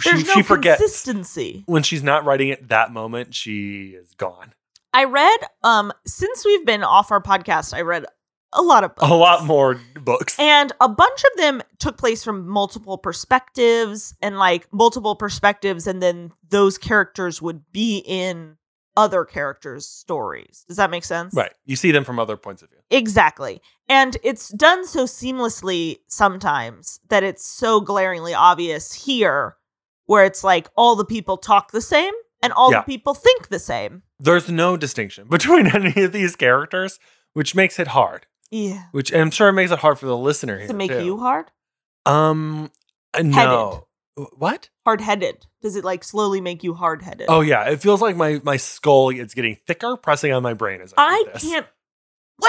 Speaker 1: she,
Speaker 2: there's no
Speaker 1: she forgets
Speaker 2: consistency
Speaker 1: when she's not writing it that moment, she is gone.
Speaker 2: i read um since we've been off our podcast i read a lot of books.
Speaker 1: A lot more books.
Speaker 2: and a bunch of them took place from multiple perspectives and like multiple perspectives and then those characters would be in other characters stories does that make sense
Speaker 1: Right. You see them from other points of view.
Speaker 2: Exactly. And it's done so seamlessly sometimes that it's so glaringly obvious here, where it's like all the people talk the same and all
Speaker 1: Yeah.
Speaker 2: the people think the same.
Speaker 1: There's no distinction between any of these characters, which makes it hard.
Speaker 2: Yeah.
Speaker 1: Which and I'm sure it makes it hard for the listener here.
Speaker 2: Does it make
Speaker 1: too.
Speaker 2: you hard?
Speaker 1: Um, uh, no. Wh- What?
Speaker 2: Hard headed? Does it like slowly make you hard headed?
Speaker 1: Oh yeah, it feels like my my skull is getting thicker, pressing on my brain as I.
Speaker 2: I
Speaker 1: read this.
Speaker 2: can't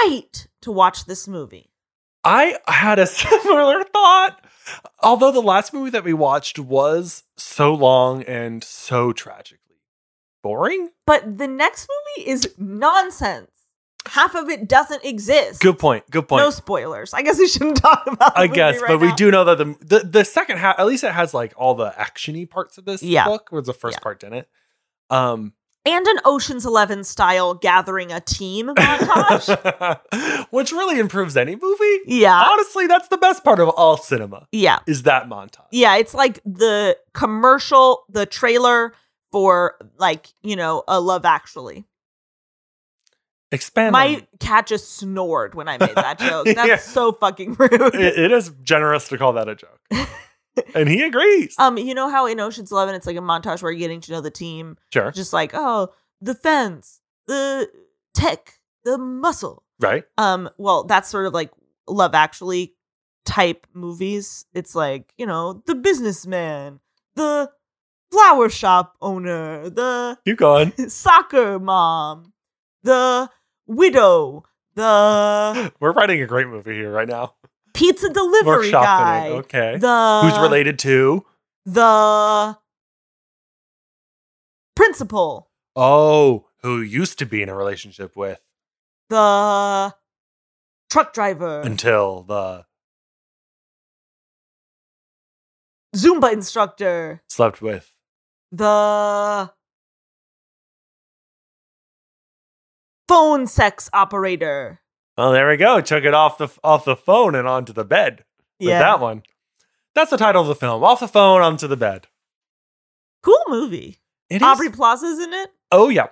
Speaker 2: wait to watch this movie.
Speaker 1: I had a similar thought. Although the last movie that we watched was so long and so tragically boring.
Speaker 2: But the next movie is nonsense. Half of it doesn't exist.
Speaker 1: Good point. Good point.
Speaker 2: No spoilers. I guess we shouldn't talk about. The
Speaker 1: I
Speaker 2: movie
Speaker 1: guess,
Speaker 2: right
Speaker 1: but we
Speaker 2: now.
Speaker 1: do know that the, the the second half, at least it has like all the actiony parts of this
Speaker 2: Yeah.
Speaker 1: book, whereas the first
Speaker 2: Yeah.
Speaker 1: part didn't. Um,
Speaker 2: and an Ocean's Eleven style gathering a team montage.
Speaker 1: which really improves any movie.
Speaker 2: yeah,
Speaker 1: Honestly, that's the best part of all cinema
Speaker 2: yeah,
Speaker 1: is that montage.
Speaker 2: yeah. It's like the commercial, the trailer for like you know a Love Actually.
Speaker 1: Expand. on-
Speaker 2: My cat just snored when I made that joke. That's
Speaker 1: Yeah.
Speaker 2: so fucking rude.
Speaker 1: It- it is generous to call that a joke, and he agrees.
Speaker 2: um, you know how in Ocean's Eleven it's like a montage where you're getting to know the team,
Speaker 1: sure,
Speaker 2: just like oh the fence, the tech, the muscle.
Speaker 1: right?
Speaker 2: um well that's sort of like love actually type movies it's like you know the businessman the flower shop owner the
Speaker 1: Keep going.
Speaker 2: soccer mom the widow the
Speaker 1: We're writing a great movie here right now.
Speaker 2: pizza delivery
Speaker 1: Workshopping
Speaker 2: guy
Speaker 1: it. Okay.
Speaker 2: the uh,
Speaker 1: Who's related to?
Speaker 2: the principal
Speaker 1: Oh, who used to be in a relationship with
Speaker 2: the truck driver
Speaker 1: until the
Speaker 2: zumba instructor
Speaker 1: slept with.
Speaker 2: the phone sex operator.
Speaker 1: Oh, there we go. Took it off the off the phone and onto the bed. With that one. That's the title of the film. Off the phone, onto the bed.
Speaker 2: cool movie.
Speaker 1: It is.
Speaker 2: Aubrey Plaza's in it
Speaker 1: oh yeah,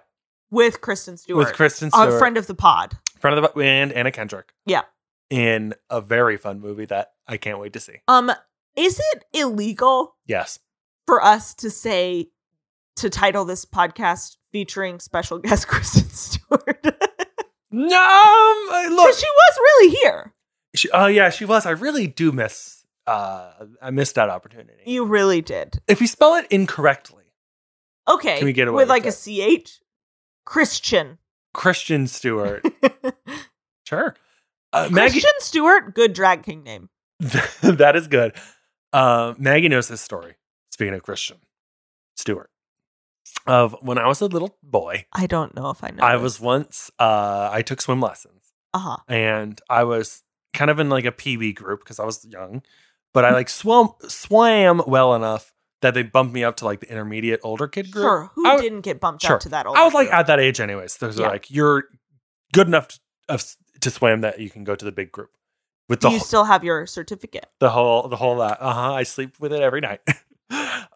Speaker 2: with Kristen Stewart,
Speaker 1: with Kristen Stewart.
Speaker 2: a friend of the pod.
Speaker 1: Front of the and Anna Kendrick.
Speaker 2: Yeah.
Speaker 1: In a very fun movie that I can't wait to see.
Speaker 2: Um, is it illegal
Speaker 1: Yes.
Speaker 2: for us to say to title this podcast featuring special guest Kristen Stewart?
Speaker 1: Um, uh, look.
Speaker 2: Because she was really here.
Speaker 1: she- Oh yeah, she was. I really do miss uh, I missed that opportunity.
Speaker 2: You really did.
Speaker 1: if we spell it incorrectly,
Speaker 2: Okay.
Speaker 1: Can we get away
Speaker 2: with
Speaker 1: with
Speaker 2: like
Speaker 1: it?
Speaker 2: a CH? Christian.
Speaker 1: Christian Stewart. sure. Uh, Maggie,
Speaker 2: Christian Stewart, good drag king name.
Speaker 1: that is good. Uh, Maggie knows this story. Speaking of Christian Stewart, of when I was a little boy,
Speaker 2: I don't know if I know.
Speaker 1: I was once uh, I took swim lessons.
Speaker 2: Uh huh.
Speaker 1: and I was kind of in like a pee wee group because I was young, but
Speaker 2: Mm-hmm.
Speaker 1: I like swam swam well enough that they bumped me up to like the intermediate older kid group.
Speaker 2: Sure. Who
Speaker 1: I w-
Speaker 2: didn't get bumped
Speaker 1: sure.
Speaker 2: up to that old?
Speaker 1: I was like at that age anyways. So they're
Speaker 2: Yeah.
Speaker 1: like, you're good enough to, of, to swim that you can go to the big group with the
Speaker 2: Do you
Speaker 1: whole,
Speaker 2: still have your certificate?
Speaker 1: the whole the whole lot. Uh huh. I sleep with it every night.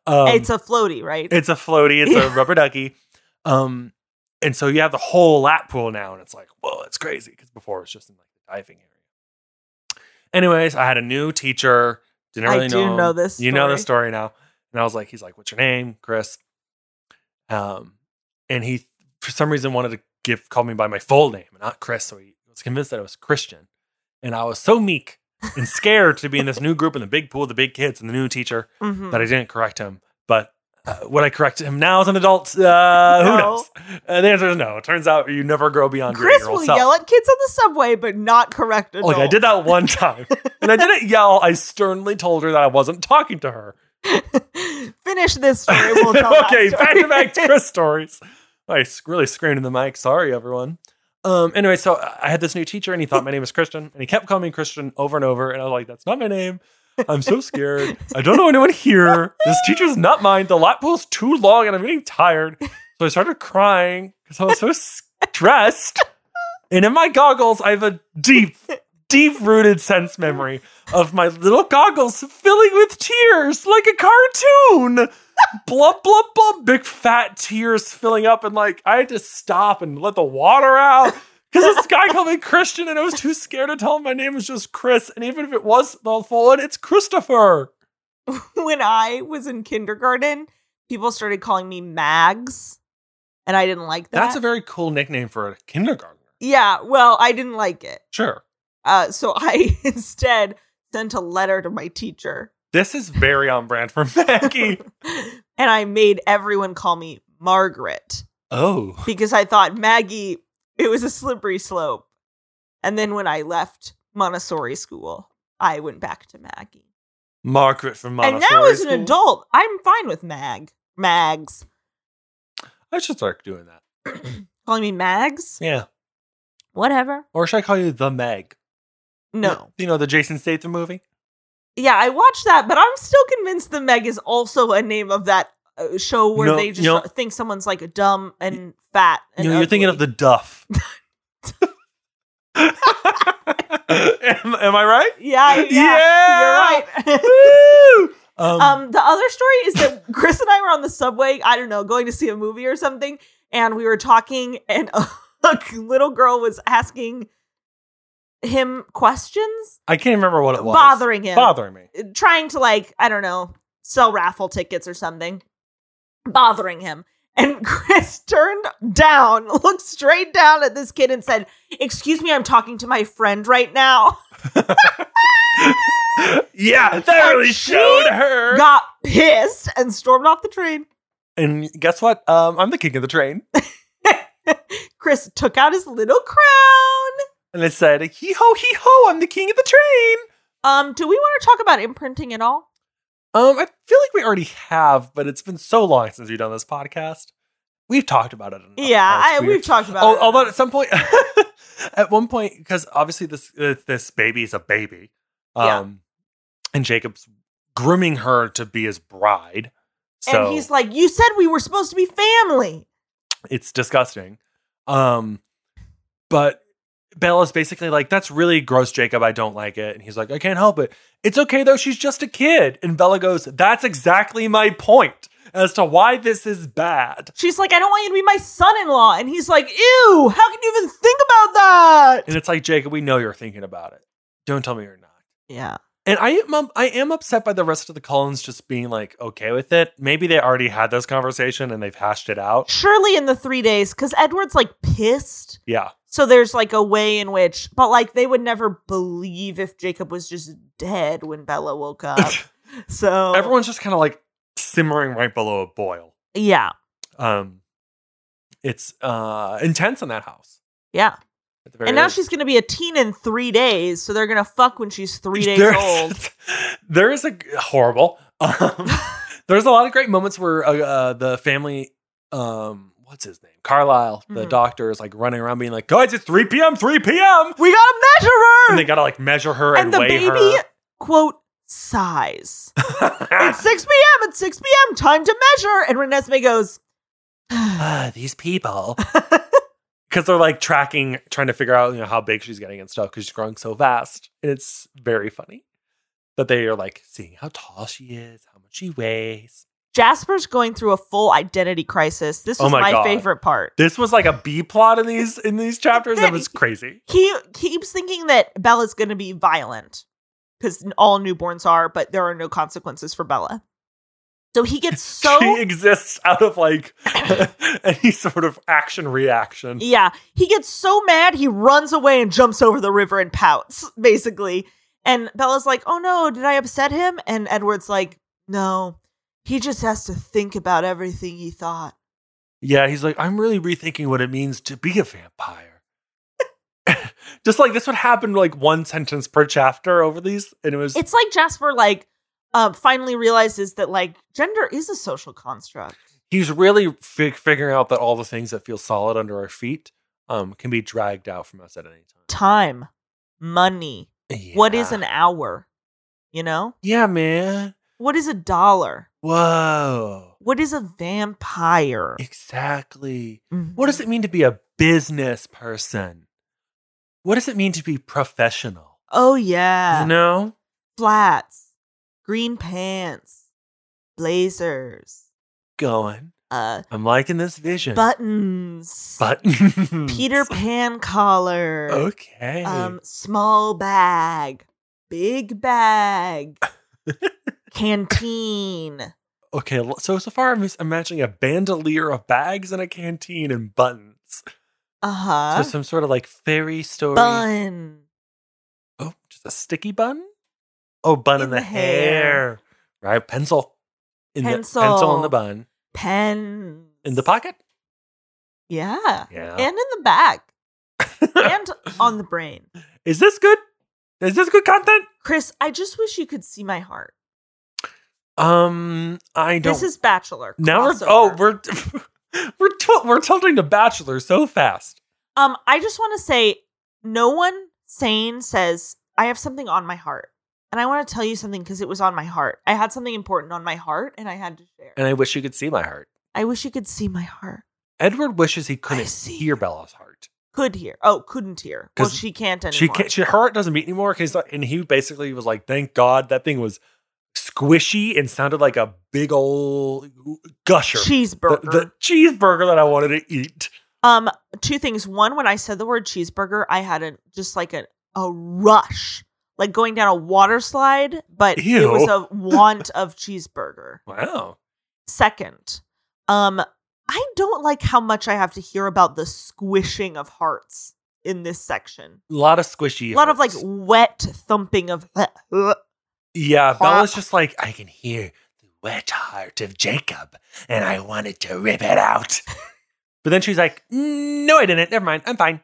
Speaker 1: um,
Speaker 2: it's a floaty, right?
Speaker 1: it's a floaty. It's a rubber ducky. Um, and so you have the whole lap pool now, and it's like, whoa, it's crazy because before it was just in like the diving area. Anyways, I had a new teacher. Didn't
Speaker 2: I
Speaker 1: really
Speaker 2: do
Speaker 1: him.
Speaker 2: know this
Speaker 1: You know the story
Speaker 2: story.
Speaker 1: now. And I was like, he's like, what's your name, Chris? Um, and he for some reason wanted to give call me by my full name, not Chris. So he was convinced that I was Christian, and I was so meek and scared to be in this new group in the big pool, the big kids, and the new teacher
Speaker 2: Mhm.
Speaker 1: that I didn't correct him. But uh, would I correct him now as an adult? Uh, Who
Speaker 2: No.
Speaker 1: knows? Uh, the answer is no. It turns out you never grow beyond your
Speaker 2: Chris
Speaker 1: year
Speaker 2: will
Speaker 1: old self.
Speaker 2: yell at kids on the subway, but not correct adults.
Speaker 1: like I did that one time, and I didn't yell. I sternly told her that I wasn't talking to her.
Speaker 2: Finish this story. We'll tell that
Speaker 1: okay,
Speaker 2: story.
Speaker 1: back to back to Chris stories. I s- really screamed in the mic. Sorry, everyone. Um, anyway, so I I had this new teacher, and he thought my name was Christian, and he kept calling me Christian over and over, and I was like, "That's not my name. I'm so scared. I don't know anyone here. This teacher's not mine. The lap pool's too long, and I'm getting tired." So I started crying because I was so stressed. And in my goggles, I have a deep, deep rooted sense memory of my little goggles filling with tears like a cartoon. Blub, blub, blub, big fat tears filling up. And like, I had to stop and let the water out because this guy called me Christian and I was too scared to tell him my name was just Chris. And even if it was the full one, it's Christopher.
Speaker 2: when I was in kindergarten, people started calling me Mags, and I didn't like that.
Speaker 1: That's a very cool nickname for a kindergartner.
Speaker 2: yeah, well, I didn't like it.
Speaker 1: Sure.
Speaker 2: Uh, so I instead sent a letter to my teacher,
Speaker 1: This is very on brand for Maggie.
Speaker 2: and I made everyone call me Margaret
Speaker 1: oh.
Speaker 2: because I thought Maggie, it was a slippery slope. And then when I left Montessori school, I went back to Maggie.
Speaker 1: Margaret from Montessori.
Speaker 2: and now as
Speaker 1: School.
Speaker 2: an adult, I'm fine with Mag. Mags.
Speaker 1: I should start doing that.
Speaker 2: Calling me Mags?
Speaker 1: Yeah.
Speaker 2: Whatever.
Speaker 1: Or should I call you the Meg?
Speaker 2: No.
Speaker 1: You know, the Jason Statham movie?
Speaker 2: Yeah, I watched that, but I'm still convinced the Meg is also a name of that uh, show where
Speaker 1: No,
Speaker 2: they just
Speaker 1: you know-
Speaker 2: think someone's like dumb and fat. And
Speaker 1: you know, you're thinking of the
Speaker 2: ugly.
Speaker 1: Duff. am, am I right?
Speaker 2: Yeah, yeah. You're right.
Speaker 1: Woo! Um,
Speaker 2: Um, the other story is that Chris and I were on the subway, I don't know, going to see a movie or something, and we were talking, and a little girl was asking him questions,
Speaker 1: I can't remember what it was.
Speaker 2: bothering him,
Speaker 1: Bothering me.
Speaker 2: trying to, like, I don't know, sell raffle tickets or something, bothering him. And Chris turned down, looked straight down at this kid, and said, Excuse me, I'm talking to my friend right now.
Speaker 1: yeah, that
Speaker 2: And
Speaker 1: really
Speaker 2: she
Speaker 1: showed her.
Speaker 2: Got pissed and stormed off the train.
Speaker 1: and guess what? Um, I'm the king of the train.
Speaker 2: Chris took out his little crown.
Speaker 1: And I said, hee ho, hee ho, I'm the king of the train.
Speaker 2: Um, do we want to talk about imprinting at all?
Speaker 1: Um, I feel like we already have, but it's been so long since we've done this podcast. We've talked about it. Enough.
Speaker 2: yeah,
Speaker 1: Oh, That's
Speaker 2: I,
Speaker 1: weird.
Speaker 2: we've talked about.
Speaker 1: Oh,
Speaker 2: it.
Speaker 1: although at some point, at one point, because obviously this uh, this baby is a baby, um,
Speaker 2: Yeah.
Speaker 1: and Jacob's grooming her to be his bride, so
Speaker 2: and he's like, "You said we were supposed to be family."
Speaker 1: it's disgusting. Um, but Bella's basically like, "That's really gross, Jacob. I don't like it." And he's like, "I can't help it. It's okay though. She's just a kid." And Bella goes, "That's exactly my point as to why this is bad."
Speaker 2: She's like, "I don't want you to be my son-in-law," and he's like, "Ew! How can you even think about that?"
Speaker 1: And it's like, Jacob, we know you're thinking about it. Don't tell me you're not.
Speaker 2: Yeah,
Speaker 1: And I am um, I am upset by the rest of the Collins just being like okay with it. Maybe they already had this conversation and they've hashed it out.
Speaker 2: Surely in the three days, because Edward's like pissed.
Speaker 1: Yeah.
Speaker 2: So there's like a way in which, but like they would never believe if Jacob was just dead when Bella woke up. so
Speaker 1: Everyone's just kind of like simmering right below a boil.
Speaker 2: yeah,
Speaker 1: Um it's uh intense in that house.
Speaker 2: yeah.
Speaker 1: At the very
Speaker 2: and now
Speaker 1: least.
Speaker 2: she's gonna be a teen in three days, so they're gonna fuck when she's three days
Speaker 1: There's-
Speaker 2: old.
Speaker 1: There is a horrible. Um, there's a lot of great moments where uh, uh, the family, um, what's his name, Carlisle, the
Speaker 2: Mhm.
Speaker 1: doctor is like running around being like, "Guys, it's three p.m., three p.m."
Speaker 2: We gotta measure her.
Speaker 1: And they gotta like measure her and,
Speaker 2: And the
Speaker 1: weigh
Speaker 2: baby quote sighs.
Speaker 1: her.
Speaker 2: it's six p.m. It's six p.m. Time to measure. And Renesmee goes,
Speaker 1: Ah, these people, because they're like tracking, trying to figure out you know how big she's getting and stuff because she's growing so fast, and it's very funny that they are like seeing how tall she is, how much she weighs.
Speaker 2: Jasper's going through a full identity crisis. This
Speaker 1: Oh
Speaker 2: was
Speaker 1: my
Speaker 2: my,
Speaker 1: God.
Speaker 2: favorite part.
Speaker 1: This was like a B plot in these in these chapters. That was crazy.
Speaker 2: He keeps thinking that Bella's going to be violent because all newborns are, but there are no consequences for Bella. So he gets
Speaker 1: she
Speaker 2: so
Speaker 1: exists out of like any sort of action reaction.
Speaker 2: yeah, he gets so mad he runs away and jumps over the river and pouts basically. And Bella's like, "Oh no, did I upset him?" And Edward's like, "No, he just has to think about everything he thought."
Speaker 1: Yeah, he's like, I'm really rethinking what it means to be a vampire. Just like this would happen like one sentence per chapter over these, and it was
Speaker 2: It's like Jasper like uh, finally realizes that like gender is a social construct.
Speaker 1: he's really fi- figuring out that all the things that feel solid under our feet um can be dragged out from us at any time.
Speaker 2: time, money. What is
Speaker 1: Yeah.
Speaker 2: an hour? You know?
Speaker 1: Yeah, man.
Speaker 2: What is a dollar?
Speaker 1: Whoa.
Speaker 2: What is a vampire? Mm-hmm.
Speaker 1: Exactly. What does it mean to be a business person? What does it mean to be professional?
Speaker 2: Oh yeah.
Speaker 1: You know?
Speaker 2: Flats, green pants, blazers,
Speaker 1: Going.
Speaker 2: uh
Speaker 1: I'm liking this vision.
Speaker 2: buttons,
Speaker 1: Button.
Speaker 2: Peter Pan collar,
Speaker 1: Okay.
Speaker 2: um small bag, big bag, canteen.
Speaker 1: okay. l- So, so far, I'm just imagining a bandolier of bags and a canteen and buttons.
Speaker 2: Uh-huh.
Speaker 1: So, some sort of like fairy story.
Speaker 2: Bun.
Speaker 1: Oh, just a sticky bun? Oh, bun in, the, hair. Right? Pencil. In
Speaker 2: Pencil.
Speaker 1: The, pencil in the bun.
Speaker 2: Pen.
Speaker 1: In the pocket?
Speaker 2: Yeah.
Speaker 1: Yeah.
Speaker 2: And in the back. and on the brain.
Speaker 1: Is this good? Is this good content?
Speaker 2: Chris, I just wish you could see my heart.
Speaker 1: Um, I don't.
Speaker 2: This is Bachelor.
Speaker 1: now we're
Speaker 2: crossover.
Speaker 1: oh we're we're til- we're tilting to Bachelor so fast.
Speaker 2: um, I just want to say no one sane says, I have something on my heart. And I want to tell you something because it was on my heart. I had something important on my heart and I had to share.
Speaker 1: And I wish you could see my heart.
Speaker 2: I wish you could see my heart.
Speaker 1: Edward wishes he couldn't
Speaker 2: I see.
Speaker 1: hear Bella's heart.
Speaker 2: Could hear. Oh, couldn't hear. Well,
Speaker 1: 'Cause
Speaker 2: she can't anymore.
Speaker 1: She can't. She, her heart doesn't beat anymore. 'cause- uh, and he basically was like, "Thank God that thing was squishy and sounded like a big old gusher, The-
Speaker 2: Cheeseburger.
Speaker 1: the, cheeseburger that I wanted to eat."
Speaker 2: Um, two things. One, when I said the word cheeseburger, I had a just like a a rush, like going down a water slide, but it was
Speaker 1: Ew.
Speaker 2: a want of cheeseburger.
Speaker 1: Wow.
Speaker 2: Second, um, I don't like how much I have to hear about the squishing of hearts in this section.
Speaker 1: A lot of squishy.
Speaker 2: A lot of like
Speaker 1: hearts.
Speaker 2: wet thumping of
Speaker 1: Yeah,
Speaker 2: Huh.
Speaker 1: Bella's just like, I can hear the wet heart of Jacob, and I wanted to rip it out. But then she's like, No, I didn't. Never mind. I'm fine.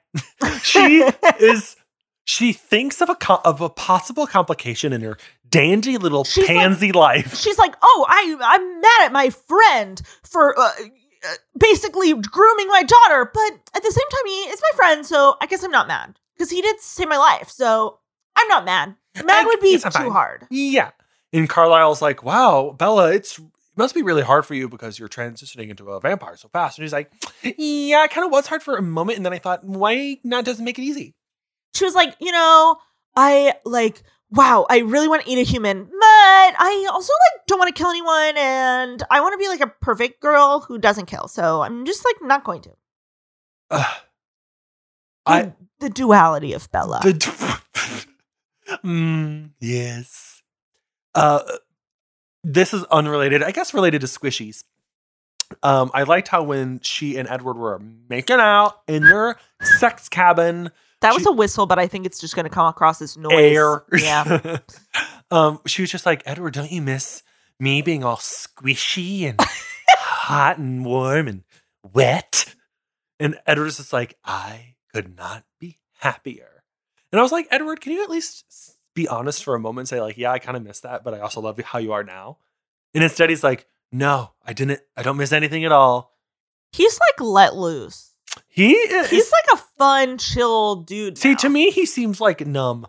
Speaker 1: she is. She thinks of a co- of a possible complication in her dandy little
Speaker 2: She's like-
Speaker 1: pansy life.
Speaker 2: she's like, "Oh, I I'm mad at my friend for uh, uh, basically grooming my daughter, but at the same time, he is my friend, so I guess I'm not mad because he did save my life, so I'm not mad. Mad
Speaker 1: I
Speaker 2: would be
Speaker 1: guess
Speaker 2: too
Speaker 1: I'm fine.
Speaker 2: hard.
Speaker 1: Yeah. And Carlisle's like, Wow, Bella, it's it must be really hard for you because you're transitioning into a vampire so fast. And she's like, Yeah, it kind of was hard for a moment, and then I thought, why not just make it easy?
Speaker 2: She was like, you know, I like." Wow, I really want to eat a human, but I also like don't want to kill anyone and I want to be like a perfect girl who doesn't kill. So I'm just like not going to. The,
Speaker 1: Ugh. I-
Speaker 2: the duality of Bella.
Speaker 1: The- Mm, yes. Uh, this is unrelated, I guess, related to squishies. Um, I liked how when she and Edward were making out in their sex cabin,
Speaker 2: That was
Speaker 1: She-
Speaker 2: a whistle, but I think it's just going to come across as noise.
Speaker 1: air.
Speaker 2: Yeah.
Speaker 1: um, she was just like, Edward, don't you miss me being all squishy and hot and warm and wet? And Edward's just like, I could not be happier. And I was like, Edward, can you at least s- be honest for a moment and say, like, yeah, I kind of miss that, but I also love how you are now? And instead, he's like, no, I didn't, I don't miss anything at all.
Speaker 2: He's like let loose.
Speaker 1: He is,
Speaker 2: He's like a fun, chill dude.
Speaker 1: see,
Speaker 2: now.
Speaker 1: to me, he seems like numb.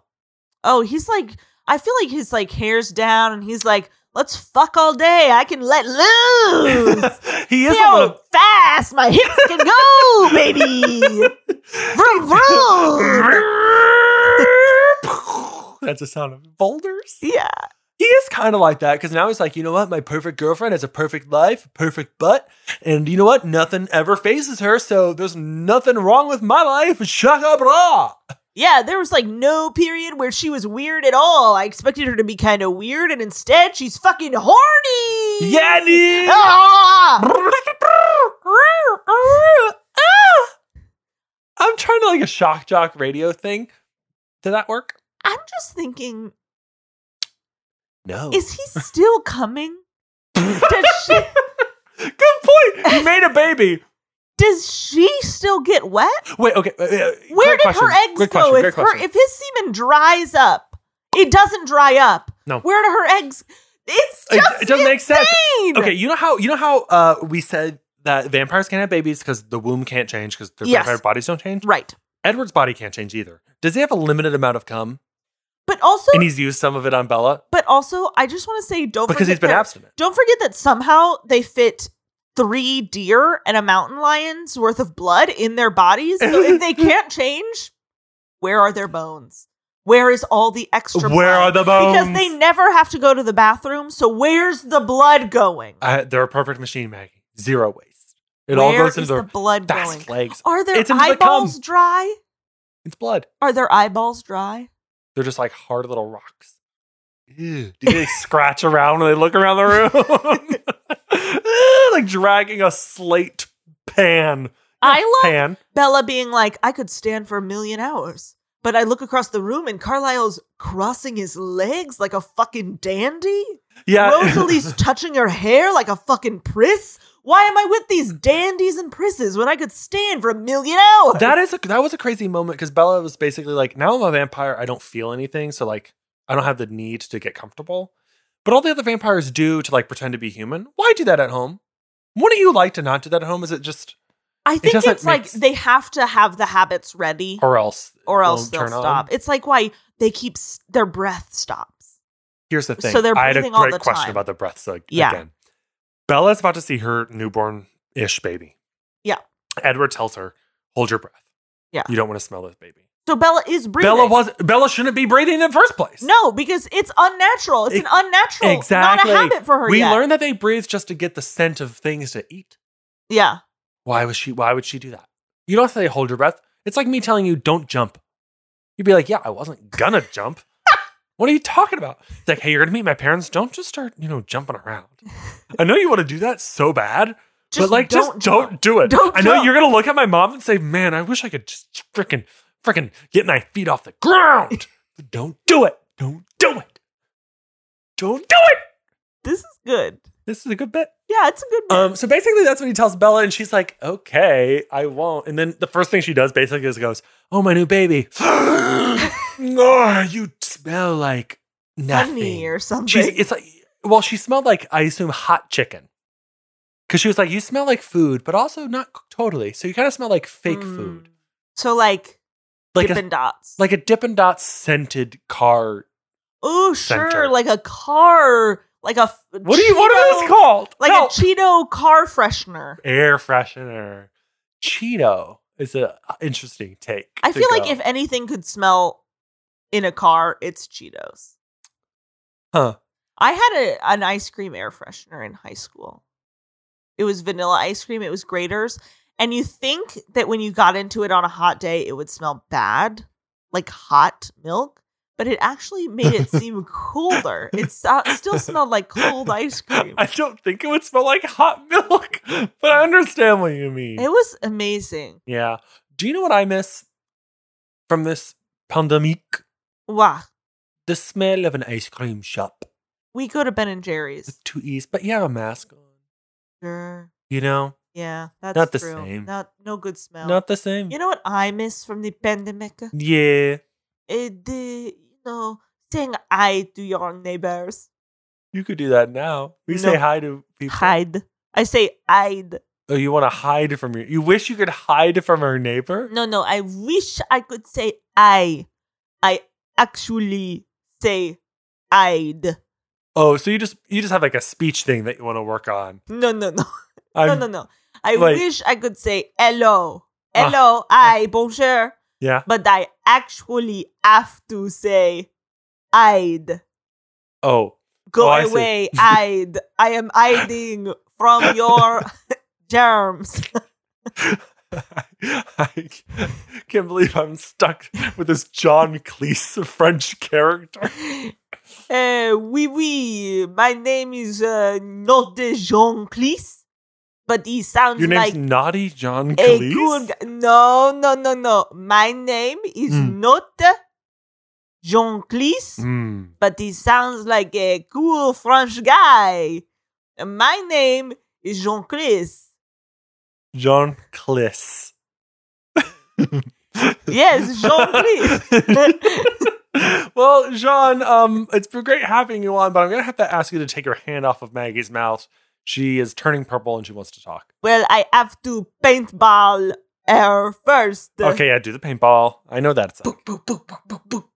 Speaker 2: Oh, he's like, I feel like his like hair's down and he's like, let's fuck all day. I can let loose.
Speaker 1: he is
Speaker 2: See
Speaker 1: a
Speaker 2: how
Speaker 1: little,
Speaker 2: fast my hips can go, baby. Vroom, vroom.
Speaker 1: That's the sound of boulders.
Speaker 2: Yeah.
Speaker 1: He is kind of like that because now he's like, you know what? My perfect girlfriend has a perfect life, perfect butt, and you know what? Nothing ever phases her, so there's nothing wrong with my life. Shaka bra.
Speaker 2: Yeah, there was like no period where she was weird at all. I expected her to be kind of weird, and instead she's fucking horny.
Speaker 1: Yeah, dude.
Speaker 2: Ah!
Speaker 1: Ah! I'm trying to like a shock jock radio thing. Did that work?
Speaker 2: I'm just thinking,
Speaker 1: No.
Speaker 2: is he still coming? does she
Speaker 1: Good point. You made a baby.
Speaker 2: does she still get wet?
Speaker 1: Wait, okay. uh, uh,
Speaker 2: Where
Speaker 1: great
Speaker 2: did
Speaker 1: question.
Speaker 2: her eggs
Speaker 1: Great
Speaker 2: go?
Speaker 1: question, great
Speaker 2: if her
Speaker 1: question.
Speaker 2: if his semen dries up, it doesn't dry up.
Speaker 1: No.
Speaker 2: Where do her eggs? It's
Speaker 1: It-
Speaker 2: just
Speaker 1: it doesn't make sense.
Speaker 2: insane!
Speaker 1: Okay, you know how you know how uh, we said that vampires can't have babies because the womb can't change because their
Speaker 2: Yes.
Speaker 1: vampire bodies don't change.
Speaker 2: Right.
Speaker 1: Edward's body can't change either. Does he have a limited amount of cum?
Speaker 2: But also
Speaker 1: And he's used some of it on Bella
Speaker 2: but also I just want to say don't
Speaker 1: because
Speaker 2: forget
Speaker 1: he's been
Speaker 2: that-
Speaker 1: abstinent.
Speaker 2: Don't forget that somehow they fit three deer and a mountain lion's worth of blood in their bodies. So if they can't change, where are their bones? Where is all the extra
Speaker 1: Where are
Speaker 2: blood?
Speaker 1: the bones?
Speaker 2: Because they never have to go to the bathroom. So where's the blood going?
Speaker 1: I- they're a perfect machine, Maggie. Zero waste. Uh, It all
Speaker 2: Where
Speaker 1: goes
Speaker 2: is
Speaker 1: into
Speaker 2: the
Speaker 1: their
Speaker 2: blood going?
Speaker 1: fast legs.
Speaker 2: Are their
Speaker 1: It's into the
Speaker 2: eyeballs dry?
Speaker 1: It's blood.
Speaker 2: Are their eyeballs dry?
Speaker 1: They're just like hard little rocks. Ew. Do they scratch around when they look around the room? like dragging a slate pan.
Speaker 2: I love
Speaker 1: pan.
Speaker 2: Bella being like, I could stand for a million hours. But I look across the room and Carlyle's crossing his legs like a fucking dandy.
Speaker 1: Yeah.
Speaker 2: Rosalie's touching her hair like a fucking priss. Why am I with these dandies and prisses when I could stand for a million hours?
Speaker 1: that is a, that was a crazy moment because Bella was basically like, now I'm a vampire. I don't feel anything, so like I don't have the need to get comfortable. But all the other vampires do to like pretend to be human. Why do that at home? Wouldn't you like to not do that at home? Is it just
Speaker 2: I think
Speaker 1: doesn't
Speaker 2: it's like
Speaker 1: make s-
Speaker 2: they have to have the habits ready or,
Speaker 1: or else
Speaker 2: else
Speaker 1: it
Speaker 2: they'll
Speaker 1: won't turn
Speaker 2: stop.
Speaker 1: On?
Speaker 2: It's like why they keep s- their breath stops.
Speaker 1: Here's the thing.
Speaker 2: So they're
Speaker 1: I had a
Speaker 2: breathing all
Speaker 1: great
Speaker 2: the
Speaker 1: question
Speaker 2: time.
Speaker 1: about the breaths like,
Speaker 2: Yeah.
Speaker 1: again. Bella's about to see her newborn ish baby.
Speaker 2: Yeah.
Speaker 1: Edward tells her, hold your breath.
Speaker 2: Yeah.
Speaker 1: You don't want to smell this baby.
Speaker 2: So Bella is breathing.
Speaker 1: Bella was Bella shouldn't be breathing in the first place.
Speaker 2: No, because it's unnatural. It's
Speaker 1: E-
Speaker 2: an unnatural,
Speaker 1: exactly.
Speaker 2: not a habit for her
Speaker 1: we
Speaker 2: yet.
Speaker 1: learned that they breathe just to get the scent of things to eat.
Speaker 2: yeah.
Speaker 1: Why was she? Why would she do that? You don't have to say hold your breath. It's like me telling you don't jump. You'd be like, yeah, I wasn't gonna jump. What are you talking about? It's like, hey, you're gonna meet my parents. Don't just start, you know, jumping around. I know you want to do that so bad,
Speaker 2: Just
Speaker 1: but like,
Speaker 2: don't
Speaker 1: just don't do it.
Speaker 2: Don't
Speaker 1: I know
Speaker 2: jump.
Speaker 1: you're gonna look at my mom and say, man, I wish I could just freaking, freaking get my feet off the ground. But don't do it. Don't do it. Don't do it.
Speaker 2: This is good.
Speaker 1: This is a good bit.
Speaker 2: Yeah, it's a good one.
Speaker 1: Um, so basically, that's what he tells Bella, and she's like, "Okay, I won't." And then the first thing she does basically is goes, "Oh, my new baby! oh, you smell like nothing."
Speaker 2: honey or something.
Speaker 1: She's it's like well, she smelled like I assume hot chicken because she was like, "You smell like food, but also not c- totally." So you kind of smell like fake
Speaker 2: Mm.
Speaker 1: food,
Speaker 2: So like,
Speaker 1: like
Speaker 2: Dippin'
Speaker 1: a
Speaker 2: Dots.
Speaker 1: like a Dippin' Dots scented car.
Speaker 2: oh sure,
Speaker 1: center.
Speaker 2: like a car, like a f-
Speaker 1: What do you? What
Speaker 2: Cheeto-
Speaker 1: are these called?
Speaker 2: Like
Speaker 1: Help.
Speaker 2: a Cheeto car freshener.
Speaker 1: air freshener. Cheeto is an interesting take.
Speaker 2: I
Speaker 1: to
Speaker 2: feel like
Speaker 1: go.
Speaker 2: if anything could smell in a car, it's Cheetos.
Speaker 1: Huh.
Speaker 2: I had a, an ice cream air freshener in high school. It was vanilla ice cream. It was graters. And you think that when you got into it on a hot day, it would smell bad, like hot milk, but it actually made it seem cooler. It so- still smelled like cold ice cream.
Speaker 1: I don't think it would smell like hot milk, but I understand what you mean.
Speaker 2: It was amazing.
Speaker 1: yeah. Do you know what I miss from this pandemic?
Speaker 2: Wow.
Speaker 1: The smell of an ice cream shop.
Speaker 2: We go to Ben and Jerry's.
Speaker 1: It's too easy, but you have a mask on.
Speaker 2: Sure.
Speaker 1: You know,
Speaker 2: Yeah, that's
Speaker 1: Not the
Speaker 2: true.
Speaker 1: same.
Speaker 2: Not no good smell.
Speaker 1: not the same.
Speaker 2: you know what I miss from the pandemic?
Speaker 1: yeah,
Speaker 2: Eh, the you know saying hi to your neighbors.
Speaker 1: you could do that now. We
Speaker 2: No.
Speaker 1: say hi to people.
Speaker 2: Hide. I say hide.
Speaker 1: Oh, you want to hide from your? You wish you could hide from our neighbor.
Speaker 2: No, no. I wish I could say I. I actually say I'd.
Speaker 1: Oh, so you just you just have like a speech thing that you want to work on.
Speaker 2: No, no, no,
Speaker 1: I'm,
Speaker 2: no, no, no. I
Speaker 1: Wait.
Speaker 2: wish I could say hello,
Speaker 1: Ah.
Speaker 2: hello, I, bonjour,
Speaker 1: Yeah.
Speaker 2: but I actually have to say I'd.
Speaker 1: Oh,
Speaker 2: Go
Speaker 1: Oh, I see.
Speaker 2: away, I'd. I am hiding from your germs.
Speaker 1: I can't believe I'm stuck with this John Cleese French character.
Speaker 2: Uh, oui, oui. My name is uh, not the Jean Cleese, but he sounds
Speaker 1: Your name's
Speaker 2: like
Speaker 1: Naughty John
Speaker 2: a
Speaker 1: Cleese.
Speaker 2: good. No, no, no, no. My name is
Speaker 1: Mm.
Speaker 2: not Jean Cleese,
Speaker 1: Mm.
Speaker 2: but he sounds like a cool French guy. My name is Jean Cleese.
Speaker 1: John Cleese.
Speaker 2: Yes, Jean Cleese.
Speaker 1: well, Jean, um, it's been great having you on, but I'm gonna have to ask you to take your hand off of Maggie's mouth. She is turning purple and she wants to talk.
Speaker 2: Well, I have to paintball her first.
Speaker 1: okay, yeah, do the paintball. I know that. It's
Speaker 2: Boop, boop, boop, boop, boop, boop.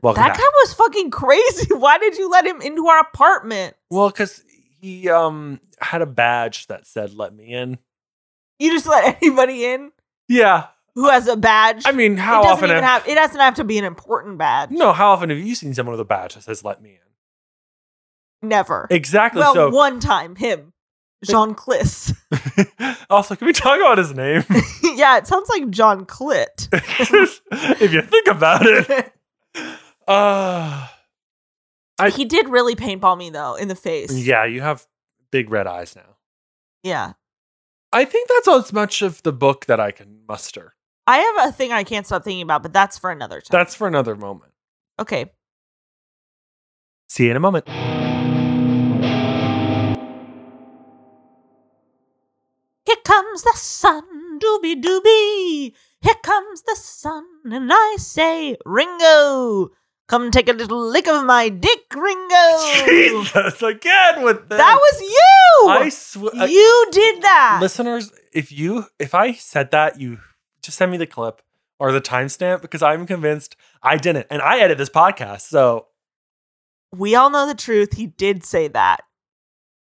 Speaker 1: welcome
Speaker 2: That
Speaker 1: back.
Speaker 2: guy was fucking crazy. Why did you let him into our apartment?
Speaker 1: Well, because he um had a badge that said "Let me in."
Speaker 2: You just let anybody in
Speaker 1: Yeah,
Speaker 2: who has a badge.
Speaker 1: I mean, how
Speaker 2: it doesn't
Speaker 1: often?
Speaker 2: even
Speaker 1: have-
Speaker 2: have. It doesn't have to be an important badge.
Speaker 1: no, how often have you seen someone with a badge that says "Let me in"?
Speaker 2: Never.
Speaker 1: Exactly.
Speaker 2: well,
Speaker 1: so,
Speaker 2: one time, him, Jean Cliss.
Speaker 1: also, can we talk about his name?
Speaker 2: yeah, it sounds like John Clit.
Speaker 1: if you think about it, uh, I-
Speaker 2: he did really paintball me though in the face.
Speaker 1: yeah, you have big red eyes now.
Speaker 2: Yeah.
Speaker 1: I think that's as much of the book that I can muster.
Speaker 2: I have a thing I can't stop thinking about, but that's for another time.
Speaker 1: That's for another moment.
Speaker 2: okay.
Speaker 1: See you in a moment.
Speaker 2: Here comes the sun, dooby dooby. Here comes the sun, and I say, Ringo, come take a little lick of my dick, Ringo.
Speaker 1: Jesus, again with this.
Speaker 2: Oh. that was you.
Speaker 1: I uh, swear.
Speaker 2: you did that.
Speaker 1: listeners if you if i said that you just send me the clip or the timestamp because i'm convinced i didn't and i edit this podcast so
Speaker 2: We all know the truth. He did say that.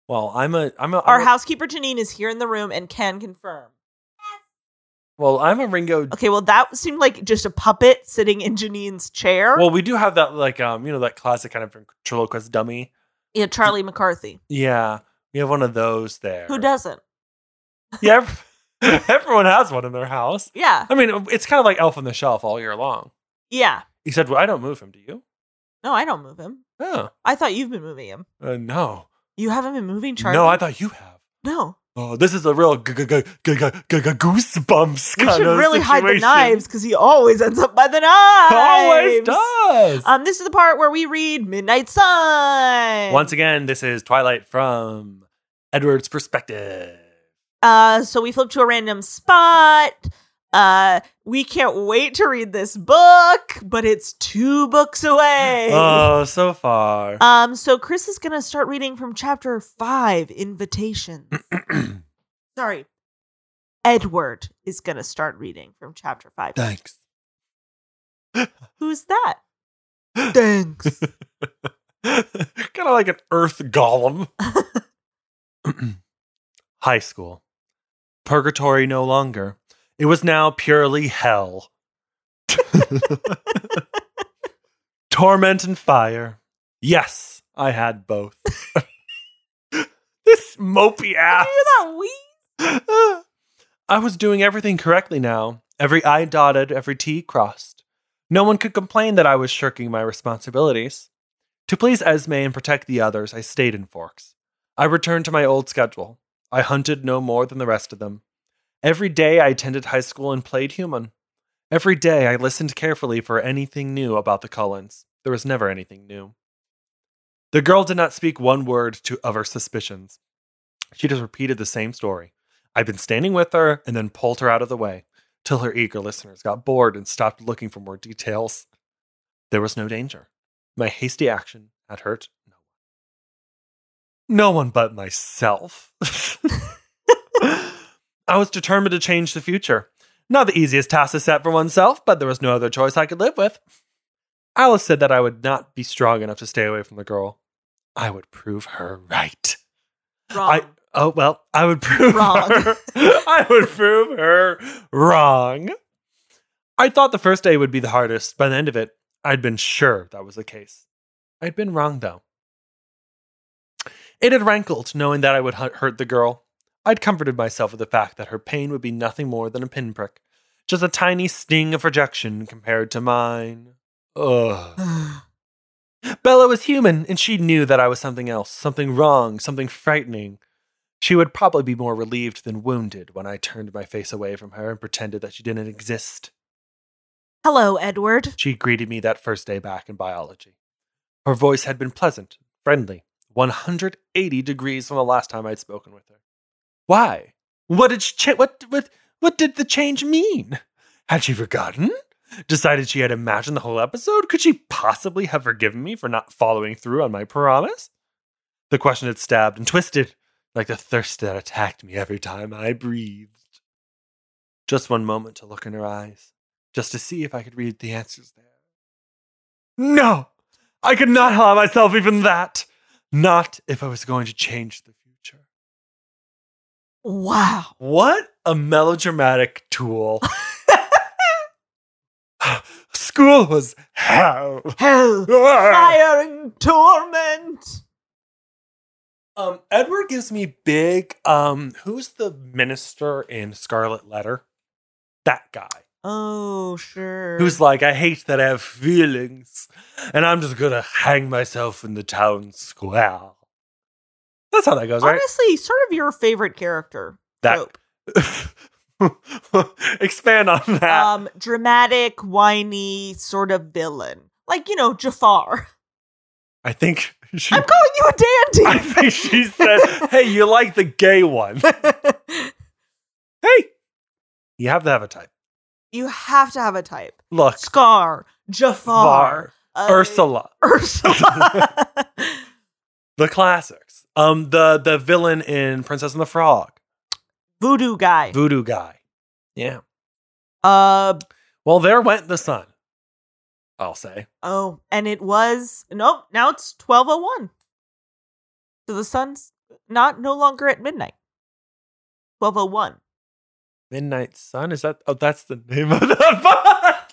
Speaker 1: well i'm a i'm a,
Speaker 2: Our
Speaker 1: I'm a-
Speaker 2: housekeeper Janine is here in the room and can confirm.
Speaker 1: well i'm a ringo
Speaker 2: Okay, well, that seemed like just a puppet sitting in Janine's chair.
Speaker 1: well we do have that like um you know that classic kind of ventriloquist dummy
Speaker 2: yeah, Charlie McCarthy.
Speaker 1: yeah we have one of those there
Speaker 2: Who doesn't?
Speaker 1: yeah ev- everyone has one in their house
Speaker 2: Yeah,
Speaker 1: i mean it's kind of like elf on the shelf all year long
Speaker 2: yeah.
Speaker 1: he said well i don't move him do you
Speaker 2: No, I don't move him.
Speaker 1: oh
Speaker 2: I thought you've been moving him.
Speaker 1: uh, no
Speaker 2: You haven't been moving Charlie.
Speaker 1: no i thought you have
Speaker 2: no.
Speaker 1: Oh, this is a real g- g- g- g- g- g- g- goosebumps
Speaker 2: We
Speaker 1: kind
Speaker 2: should
Speaker 1: of
Speaker 2: really hide the
Speaker 1: situation.
Speaker 2: knives because he always ends up by the knives.
Speaker 1: Always does.
Speaker 2: Um, this is the part where we read Midnight Sun.
Speaker 1: Once again, this is Twilight from Edward's perspective.
Speaker 2: uh, so we flip to a random spot. Uh, we can't wait to read this book, but it's two books away.
Speaker 1: Oh, so far.
Speaker 2: um, so Chris is gonna start reading from chapter five, Invitations. Sorry, Edward is gonna start reading from chapter five.
Speaker 1: Thanks.
Speaker 2: Who's that? Thanks.
Speaker 1: kind of like an earth golem. High school. Purgatory no longer. It was now purely hell. Torment and fire. Yes, I had both. this mopey ass.
Speaker 2: Did you hear that wee?
Speaker 1: I was doing everything correctly now. every I dotted, every T crossed. No one could complain that I was shirking my responsibilities. To please Esme and protect the others, I stayed in Forks. I returned to my old schedule. I hunted no more than the rest of them. Every day I attended high school and played human. Every day I listened carefully for anything new about the Cullens. There was never anything new. The girl did not speak one word to, of her suspicions. She just repeated the same story. I'd been standing with her and then pulled her out of the way till her eager listeners got bored and stopped looking for more details. There was no danger. My hasty action had hurt no one. No one but myself. I was determined to change the future. Not the easiest task to set for oneself, but there was no other choice I could live with. Alice said that I would not be strong enough to stay away from the girl. I would prove her right.
Speaker 2: Wrong.
Speaker 1: I- Oh well, I would prove
Speaker 2: Wrong.
Speaker 1: her. I would prove her wrong. I thought the first day would be the hardest. By the end of it, I'd been sure that was the case. I'd been wrong though. It had rankled knowing that I would hu- hurt the girl. I'd comforted myself with the fact that her pain would be nothing more than a pinprick, just a tiny sting of rejection compared to mine. Ugh. Bella was human, and she knew that I was something else, something wrong, something frightening. She would probably be more relieved than wounded when I turned my face away from her and pretended that she didn't exist.
Speaker 2: Hello, Edward.
Speaker 1: She greeted me that first day back in biology. Her voice had been pleasant, friendly, 180 degrees from the last time I'd spoken with her. Why? What did she cha- what what what did the change mean? Had she forgotten? Decided she had imagined the whole episode? Could she possibly have forgiven me for not following through on my promise? The question had stabbed and twisted like the thirst that attacked me every time I breathed. Just one moment to look in her eyes just to see if I could read the answers there. No! I could not allow myself even that! Not if I was going to change the future.
Speaker 2: Wow.
Speaker 1: What a melodramatic tool. School was hell.
Speaker 2: Hell, fire, and torment.
Speaker 1: Um, Edward gives me big. Um, who's the minister in Scarlet Letter? That guy.
Speaker 2: Oh, sure.
Speaker 1: who's like, I hate that I have feelings, and I'm just gonna hang myself in the town square. That's how that goes, right?
Speaker 2: honestly sort of your favorite character?
Speaker 1: That
Speaker 2: trope.
Speaker 1: expand on that.
Speaker 2: um, dramatic, whiny sort of villain, like you know Jafar.
Speaker 1: I think she,
Speaker 2: I'm calling you
Speaker 1: I
Speaker 2: a dandy.
Speaker 1: think she said, "Hey, you like the gay one? Hey, you have to have a type.
Speaker 2: you have to have a type.
Speaker 1: Look,
Speaker 2: Scar, Jafar,
Speaker 1: Var,
Speaker 2: uh,
Speaker 1: Ursula,
Speaker 2: Ursula.
Speaker 1: the classics. Um, the the villain in Princess and the Frog,
Speaker 2: Voodoo guy.
Speaker 1: voodoo guy. Yeah.
Speaker 2: uh
Speaker 1: Well, there went the sun. I'll say."
Speaker 2: oh, and it was nope. Now it's twelve oh one. So the sun's not no longer at midnight. Twelve oh one.
Speaker 1: Midnight Sun? Is that? Oh, that's the name of the
Speaker 2: Fuck,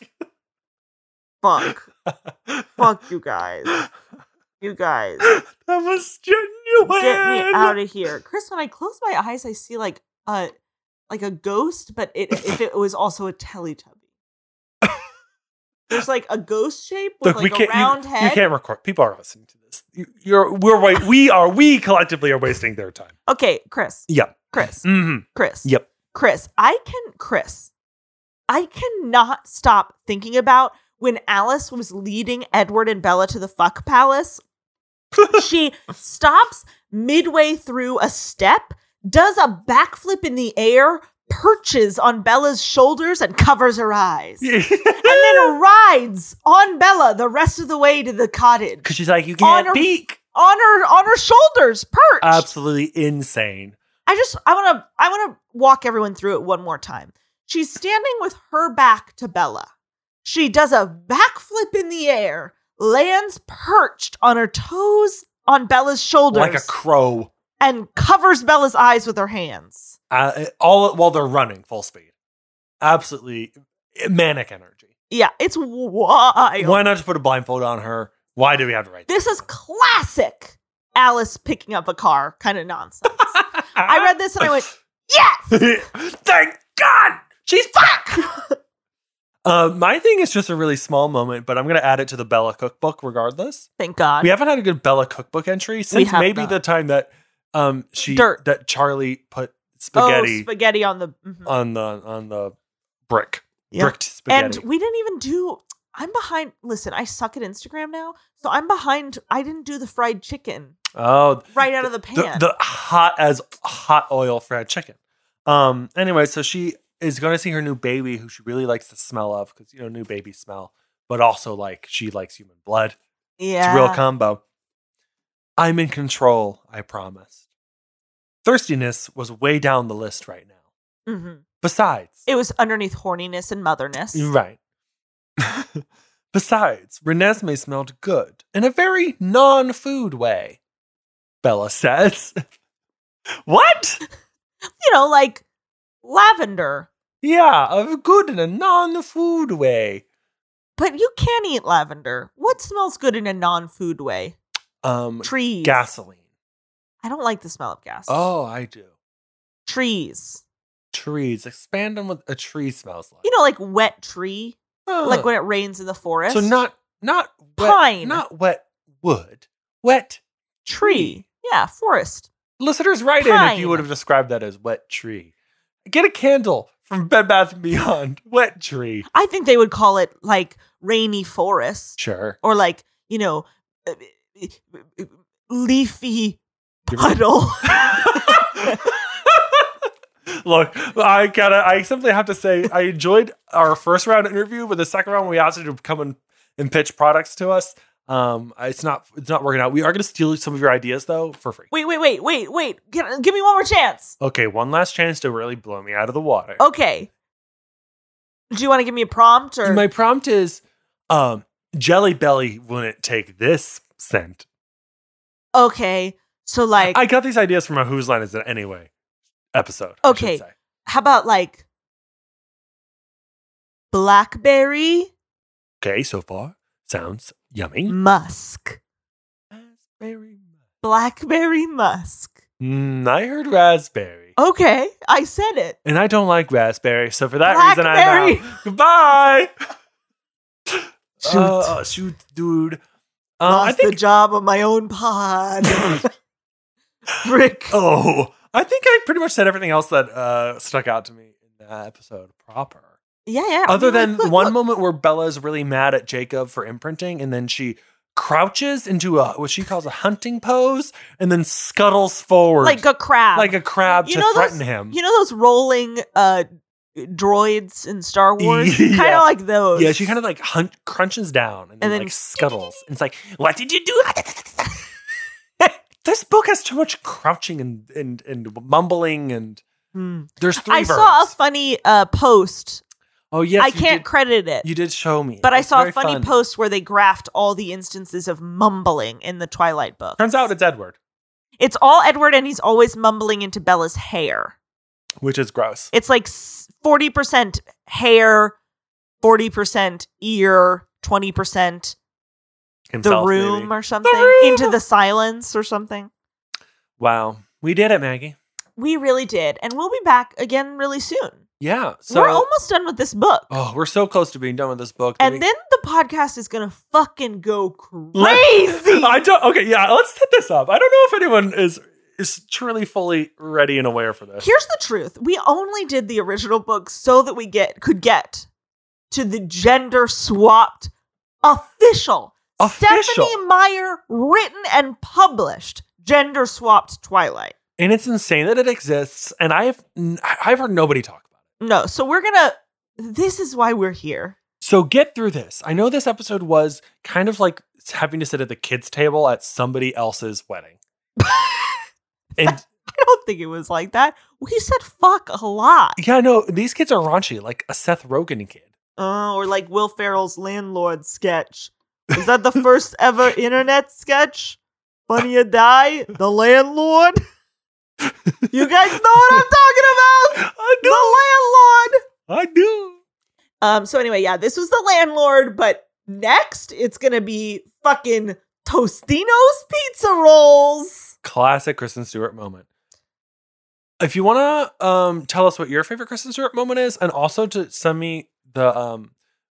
Speaker 1: book.
Speaker 2: fuck you guys, you guys.
Speaker 1: That was genuine.
Speaker 2: get me out of here chris when i close my eyes i see like a like a ghost but it if it was also a teletubby there's like a ghost shape with
Speaker 1: Look, we
Speaker 2: like
Speaker 1: can't.
Speaker 2: a round
Speaker 1: you,
Speaker 2: head
Speaker 1: you can't record. People are listening to this. You, you're. We're. wa- We are. We collectively are wasting their time.
Speaker 2: okay chris
Speaker 1: Yeah.
Speaker 2: chris
Speaker 1: hmm
Speaker 2: chris
Speaker 1: Yep.
Speaker 2: chris i can chris i cannot stop thinking about when alice was leading edward and bella to the fuck palace she stops midway through a step, does a backflip in the air, perches on Bella's shoulders, and covers her eyes. And then rides on Bella the rest of the way to the cottage.
Speaker 1: Because she's like, you can't
Speaker 2: Honor-
Speaker 1: peek.
Speaker 2: On her on her shoulders, perched.
Speaker 1: Absolutely insane.
Speaker 2: I just I want to I want to walk everyone through it one more time. She's standing with her back to Bella. She does a backflip in the air, lands perched on her toes on Bella's shoulders.
Speaker 1: Like a crow.
Speaker 2: and covers Bella's eyes with her hands.
Speaker 1: Uh, all while they're running full speed. Absolutely eh, manic energy.
Speaker 2: Yeah, it's wild.
Speaker 1: Why not just put a blindfold on her? Why do we have to write
Speaker 2: This is classic Alice picking up a car kind of nonsense. I read this and I went, yes!
Speaker 1: Thank God! She's back! Uh, my thing is just a really small moment, but I'm going to add it to the Bella cookbook regardless.
Speaker 2: Thank God.
Speaker 1: We haven't had a good Bella cookbook entry since
Speaker 2: have
Speaker 1: maybe
Speaker 2: not.
Speaker 1: the time that um she
Speaker 2: Dirt.
Speaker 1: that Charlie put
Speaker 2: Oh,
Speaker 1: spaghetti
Speaker 2: spaghetti on the. mhm.
Speaker 1: on the on the brick
Speaker 2: Yeah.
Speaker 1: bricked
Speaker 2: And
Speaker 1: spaghetti.
Speaker 2: we didn't even do. I'm behind. Listen, I suck at Instagram now, so I'm behind. I didn't do the fried chicken
Speaker 1: oh,
Speaker 2: right out of the pan.
Speaker 1: the, the hot as hot oil fried chicken. Um. Anyway, so she is going to see her new baby, who she really likes the smell of, because you know new baby smell, but also like she likes human blood. It's
Speaker 2: yeah,
Speaker 1: a real combo. I'm in control, I promised. Thirstiness was way down the list right now.
Speaker 2: Mhm.
Speaker 1: Besides,
Speaker 2: It was underneath horniness and motherness.
Speaker 1: You're right. Besides, Renesmee smelled good in a very non food way, Bella says. what?
Speaker 2: You know, like lavender.
Speaker 1: Yeah, uh, good in a non food way.
Speaker 2: But you can't eat lavender. What smells good in a non-food way?
Speaker 1: Um,
Speaker 2: Trees.
Speaker 1: gasoline.
Speaker 2: I don't like the smell of gas.
Speaker 1: Oh, I do.
Speaker 2: trees.
Speaker 1: Trees. Expand on what a tree smells like.
Speaker 2: You know, like wet tree,
Speaker 1: know,
Speaker 2: like when it rains in the forest.
Speaker 1: So not not wet,
Speaker 2: Pine.
Speaker 1: not wet wood, wet
Speaker 2: tree. Yeah, forest.
Speaker 1: Listeners, write in if you
Speaker 2: Pine.
Speaker 1: would have described that as wet tree. Get a candle from Bed Bath and Beyond, wet tree.
Speaker 2: I think they would call it like rainy forest
Speaker 1: Sure,
Speaker 2: or like, you know, uh, e, leafy
Speaker 1: You're-
Speaker 2: puddle.
Speaker 1: Look, I gotta. I simply have to say, I enjoyed our first round interview, but the second round we asked you to come and, and pitch products to us. Um, it's not it's not working out. We are gonna steal some of your ideas though for free.
Speaker 2: wait, wait, wait, wait, wait. Give, give me one more chance.
Speaker 1: Okay, one last chance to really blow me out of the water.
Speaker 2: Okay. Do you want to give me a prompt or
Speaker 1: My prompt is, um, Jelly Belly wouldn't take this scent.
Speaker 2: Okay. So like
Speaker 1: I got these ideas from a Whose Line Is It Anyway episode. I should
Speaker 2: Okay.
Speaker 1: say.
Speaker 2: how about like blackberry
Speaker 1: Okay, so far sounds
Speaker 2: Mm.
Speaker 1: yummy.
Speaker 2: musk.
Speaker 1: Raspberry.
Speaker 2: Blackberry musk.
Speaker 1: Mm, I heard raspberry.
Speaker 2: Okay, I said it.
Speaker 1: And I don't like raspberry, so for that
Speaker 2: Blackberry.
Speaker 1: reason, I'm out. Goodbye.
Speaker 2: Shoot.
Speaker 1: Uh, shoot, dude. Uh, I
Speaker 2: Lost the
Speaker 1: think.
Speaker 2: job on my own pod. Rick.
Speaker 1: oh, I think I pretty much said everything else that uh, stuck out to me in that episode proper.
Speaker 2: Yeah, yeah. I
Speaker 1: Other
Speaker 2: mean,
Speaker 1: than
Speaker 2: look, look,
Speaker 1: one
Speaker 2: look.
Speaker 1: moment where Bella's really mad at Jacob for imprinting, and then she crouches into a what she calls a hunting pose, and then scuttles forward
Speaker 2: like a crab.
Speaker 1: like a crab
Speaker 2: You
Speaker 1: to
Speaker 2: know those-
Speaker 1: threaten him.
Speaker 2: you know those rolling uh droids in Star Wars?
Speaker 1: Yeah.
Speaker 2: Kind of like those.
Speaker 1: yeah, she kind of like hunt, crunches down and then,
Speaker 2: And then
Speaker 1: like scuttles. And it's like, what did you do? this book has too much crouching and and, and mumbling, and there's three.
Speaker 2: Hmm. I saw a
Speaker 1: verbs.
Speaker 2: funny uh post.
Speaker 1: oh yes,
Speaker 2: I
Speaker 1: you
Speaker 2: can't
Speaker 1: Did,
Speaker 2: credit it.
Speaker 1: you did show me,
Speaker 2: but I
Speaker 1: It's
Speaker 2: saw a
Speaker 1: very
Speaker 2: funny
Speaker 1: fun.
Speaker 2: post where they graphed all the instances of mumbling in the Twilight book.
Speaker 1: Turns out it's Edward,
Speaker 2: it's all Edward, and he's always mumbling into Bella's hair.
Speaker 1: which is gross.
Speaker 2: It's like forty percent hair, forty percent ear, twenty percent the
Speaker 1: Himself,
Speaker 2: room
Speaker 1: maybe.
Speaker 2: or something
Speaker 1: room!
Speaker 2: into the silence or something.
Speaker 1: Wow, we did it, Maggie.
Speaker 2: We really did, and we'll be back again really soon.
Speaker 1: Yeah. So
Speaker 2: We're almost done with this book,
Speaker 1: Oh, we're so close to being done with this book. that we-
Speaker 2: and then the podcast is gonna fucking go
Speaker 1: Let-
Speaker 2: crazy.
Speaker 1: I don't okay, yeah, let's set this up. I don't know if anyone is is truly fully ready and aware for this.
Speaker 2: Here's the truth: we only did the original book so that we get could get to the gender swapped official,
Speaker 1: Official.
Speaker 2: Stephanie Meyer written and published gender swapped Twilight.
Speaker 1: And it's insane that it exists, and I've I've heard nobody talk about it.
Speaker 2: No, so we're gonna. This is why we're here.
Speaker 1: So get through this. I know this episode was kind of like having to sit at the kids' table at somebody else's wedding. and
Speaker 2: I don't think it was like that. We said fuck a lot,
Speaker 1: yeah, no, these kids are raunchy, like a Seth Rogen kid.
Speaker 2: uh, or like Will Ferrell's landlord sketch. Is that the first ever internet sketch? Funny or die, the landlord. You guys know what I'm talking about.
Speaker 1: I
Speaker 2: the landlord.
Speaker 1: I do.
Speaker 2: Um. So anyway, yeah, this was the landlord, but next it's gonna be fucking Tostino's pizza rolls.
Speaker 1: classic Kristen Stewart moment. If you want to um, tell us what your favorite Kristen Stewart moment is, and also to send me the um,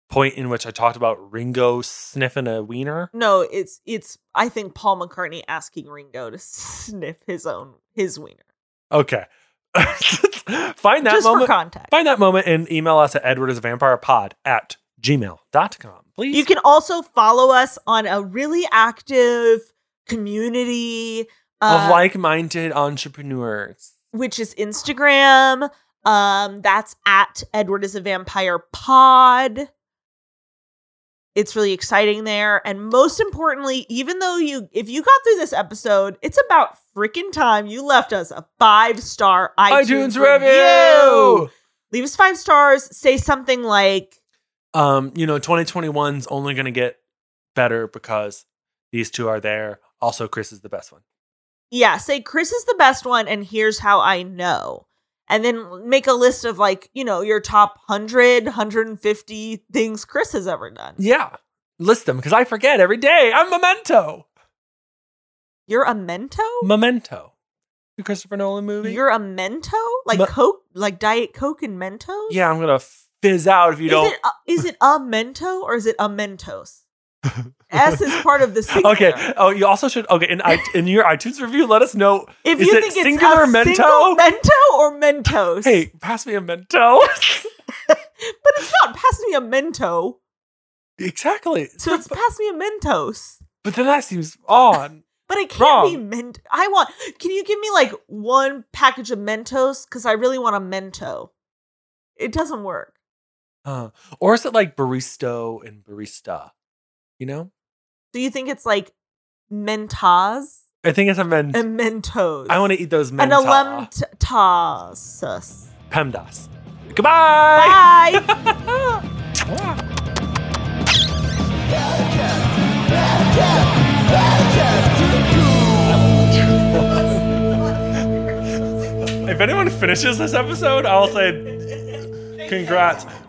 Speaker 1: point in which I talked about Ringo sniffing a wiener.
Speaker 2: No, it's it's I think Paul McCartney asking Ringo to sniff his own his wiener.
Speaker 1: Okay. find that
Speaker 2: Just for
Speaker 1: moment.
Speaker 2: context.
Speaker 1: Find that moment and email us at Edward is a vampire pod at gmail.com. Please.
Speaker 2: You can also follow us on a really active community
Speaker 1: of
Speaker 2: uh,
Speaker 1: like-minded entrepreneurs.
Speaker 2: which is Instagram. Um, that's at Edward is a Vampire Pod. It's really exciting there. And most importantly, even though you, if you got through this episode, it's about freaking time you left us a five star iTunes,
Speaker 1: iTunes review.
Speaker 2: Leave us five stars. Say something like,
Speaker 1: Um, you know, 2021's only going to get better because these two are there. Also, Chris is the best one.
Speaker 2: yeah, say Chris is the best one, and here's how I know. And then make a list of like, you know, your top 100, 150 things Chris has ever done.
Speaker 1: Yeah. List them because I forget every day. I'm memento.
Speaker 2: You're a mento?
Speaker 1: Memento. The Christopher Nolan movie.
Speaker 2: You're a mento? Like
Speaker 1: Ma-
Speaker 2: Coke, like Diet Coke and Mentos?
Speaker 1: yeah, I'm going to fizz out if you
Speaker 2: is
Speaker 1: don't.
Speaker 2: It a, is it a mento or is it a Mentos? S is part of the singular.
Speaker 1: Okay. Oh, you also should. Okay, in i- in your iTunes review, let us know.
Speaker 2: If
Speaker 1: Is
Speaker 2: you
Speaker 1: it
Speaker 2: think
Speaker 1: singular
Speaker 2: it's a
Speaker 1: mento?
Speaker 2: single mento or Mentos.
Speaker 1: Hey, pass me a mento.
Speaker 2: But it's not pass me a mento.
Speaker 1: exactly.
Speaker 2: So it's pass me a Mentos.
Speaker 1: But then that seems odd.
Speaker 2: But it can't be
Speaker 1: Wrong.
Speaker 2: Ment. I want. Can you give me like one package of Mentos? Because I really want a Mento. It doesn't work.
Speaker 1: Uh, or is it like baristo and barista? You know,
Speaker 2: Do you think it's like Mentas
Speaker 1: I think it's a mento.
Speaker 2: and Mentos?
Speaker 1: I want to eat those
Speaker 2: an
Speaker 1: menta.
Speaker 2: alumtas.
Speaker 1: Pemdas. Goodbye.
Speaker 2: Bye.
Speaker 1: Mwah. if anyone finishes this episode, I'll say congrats.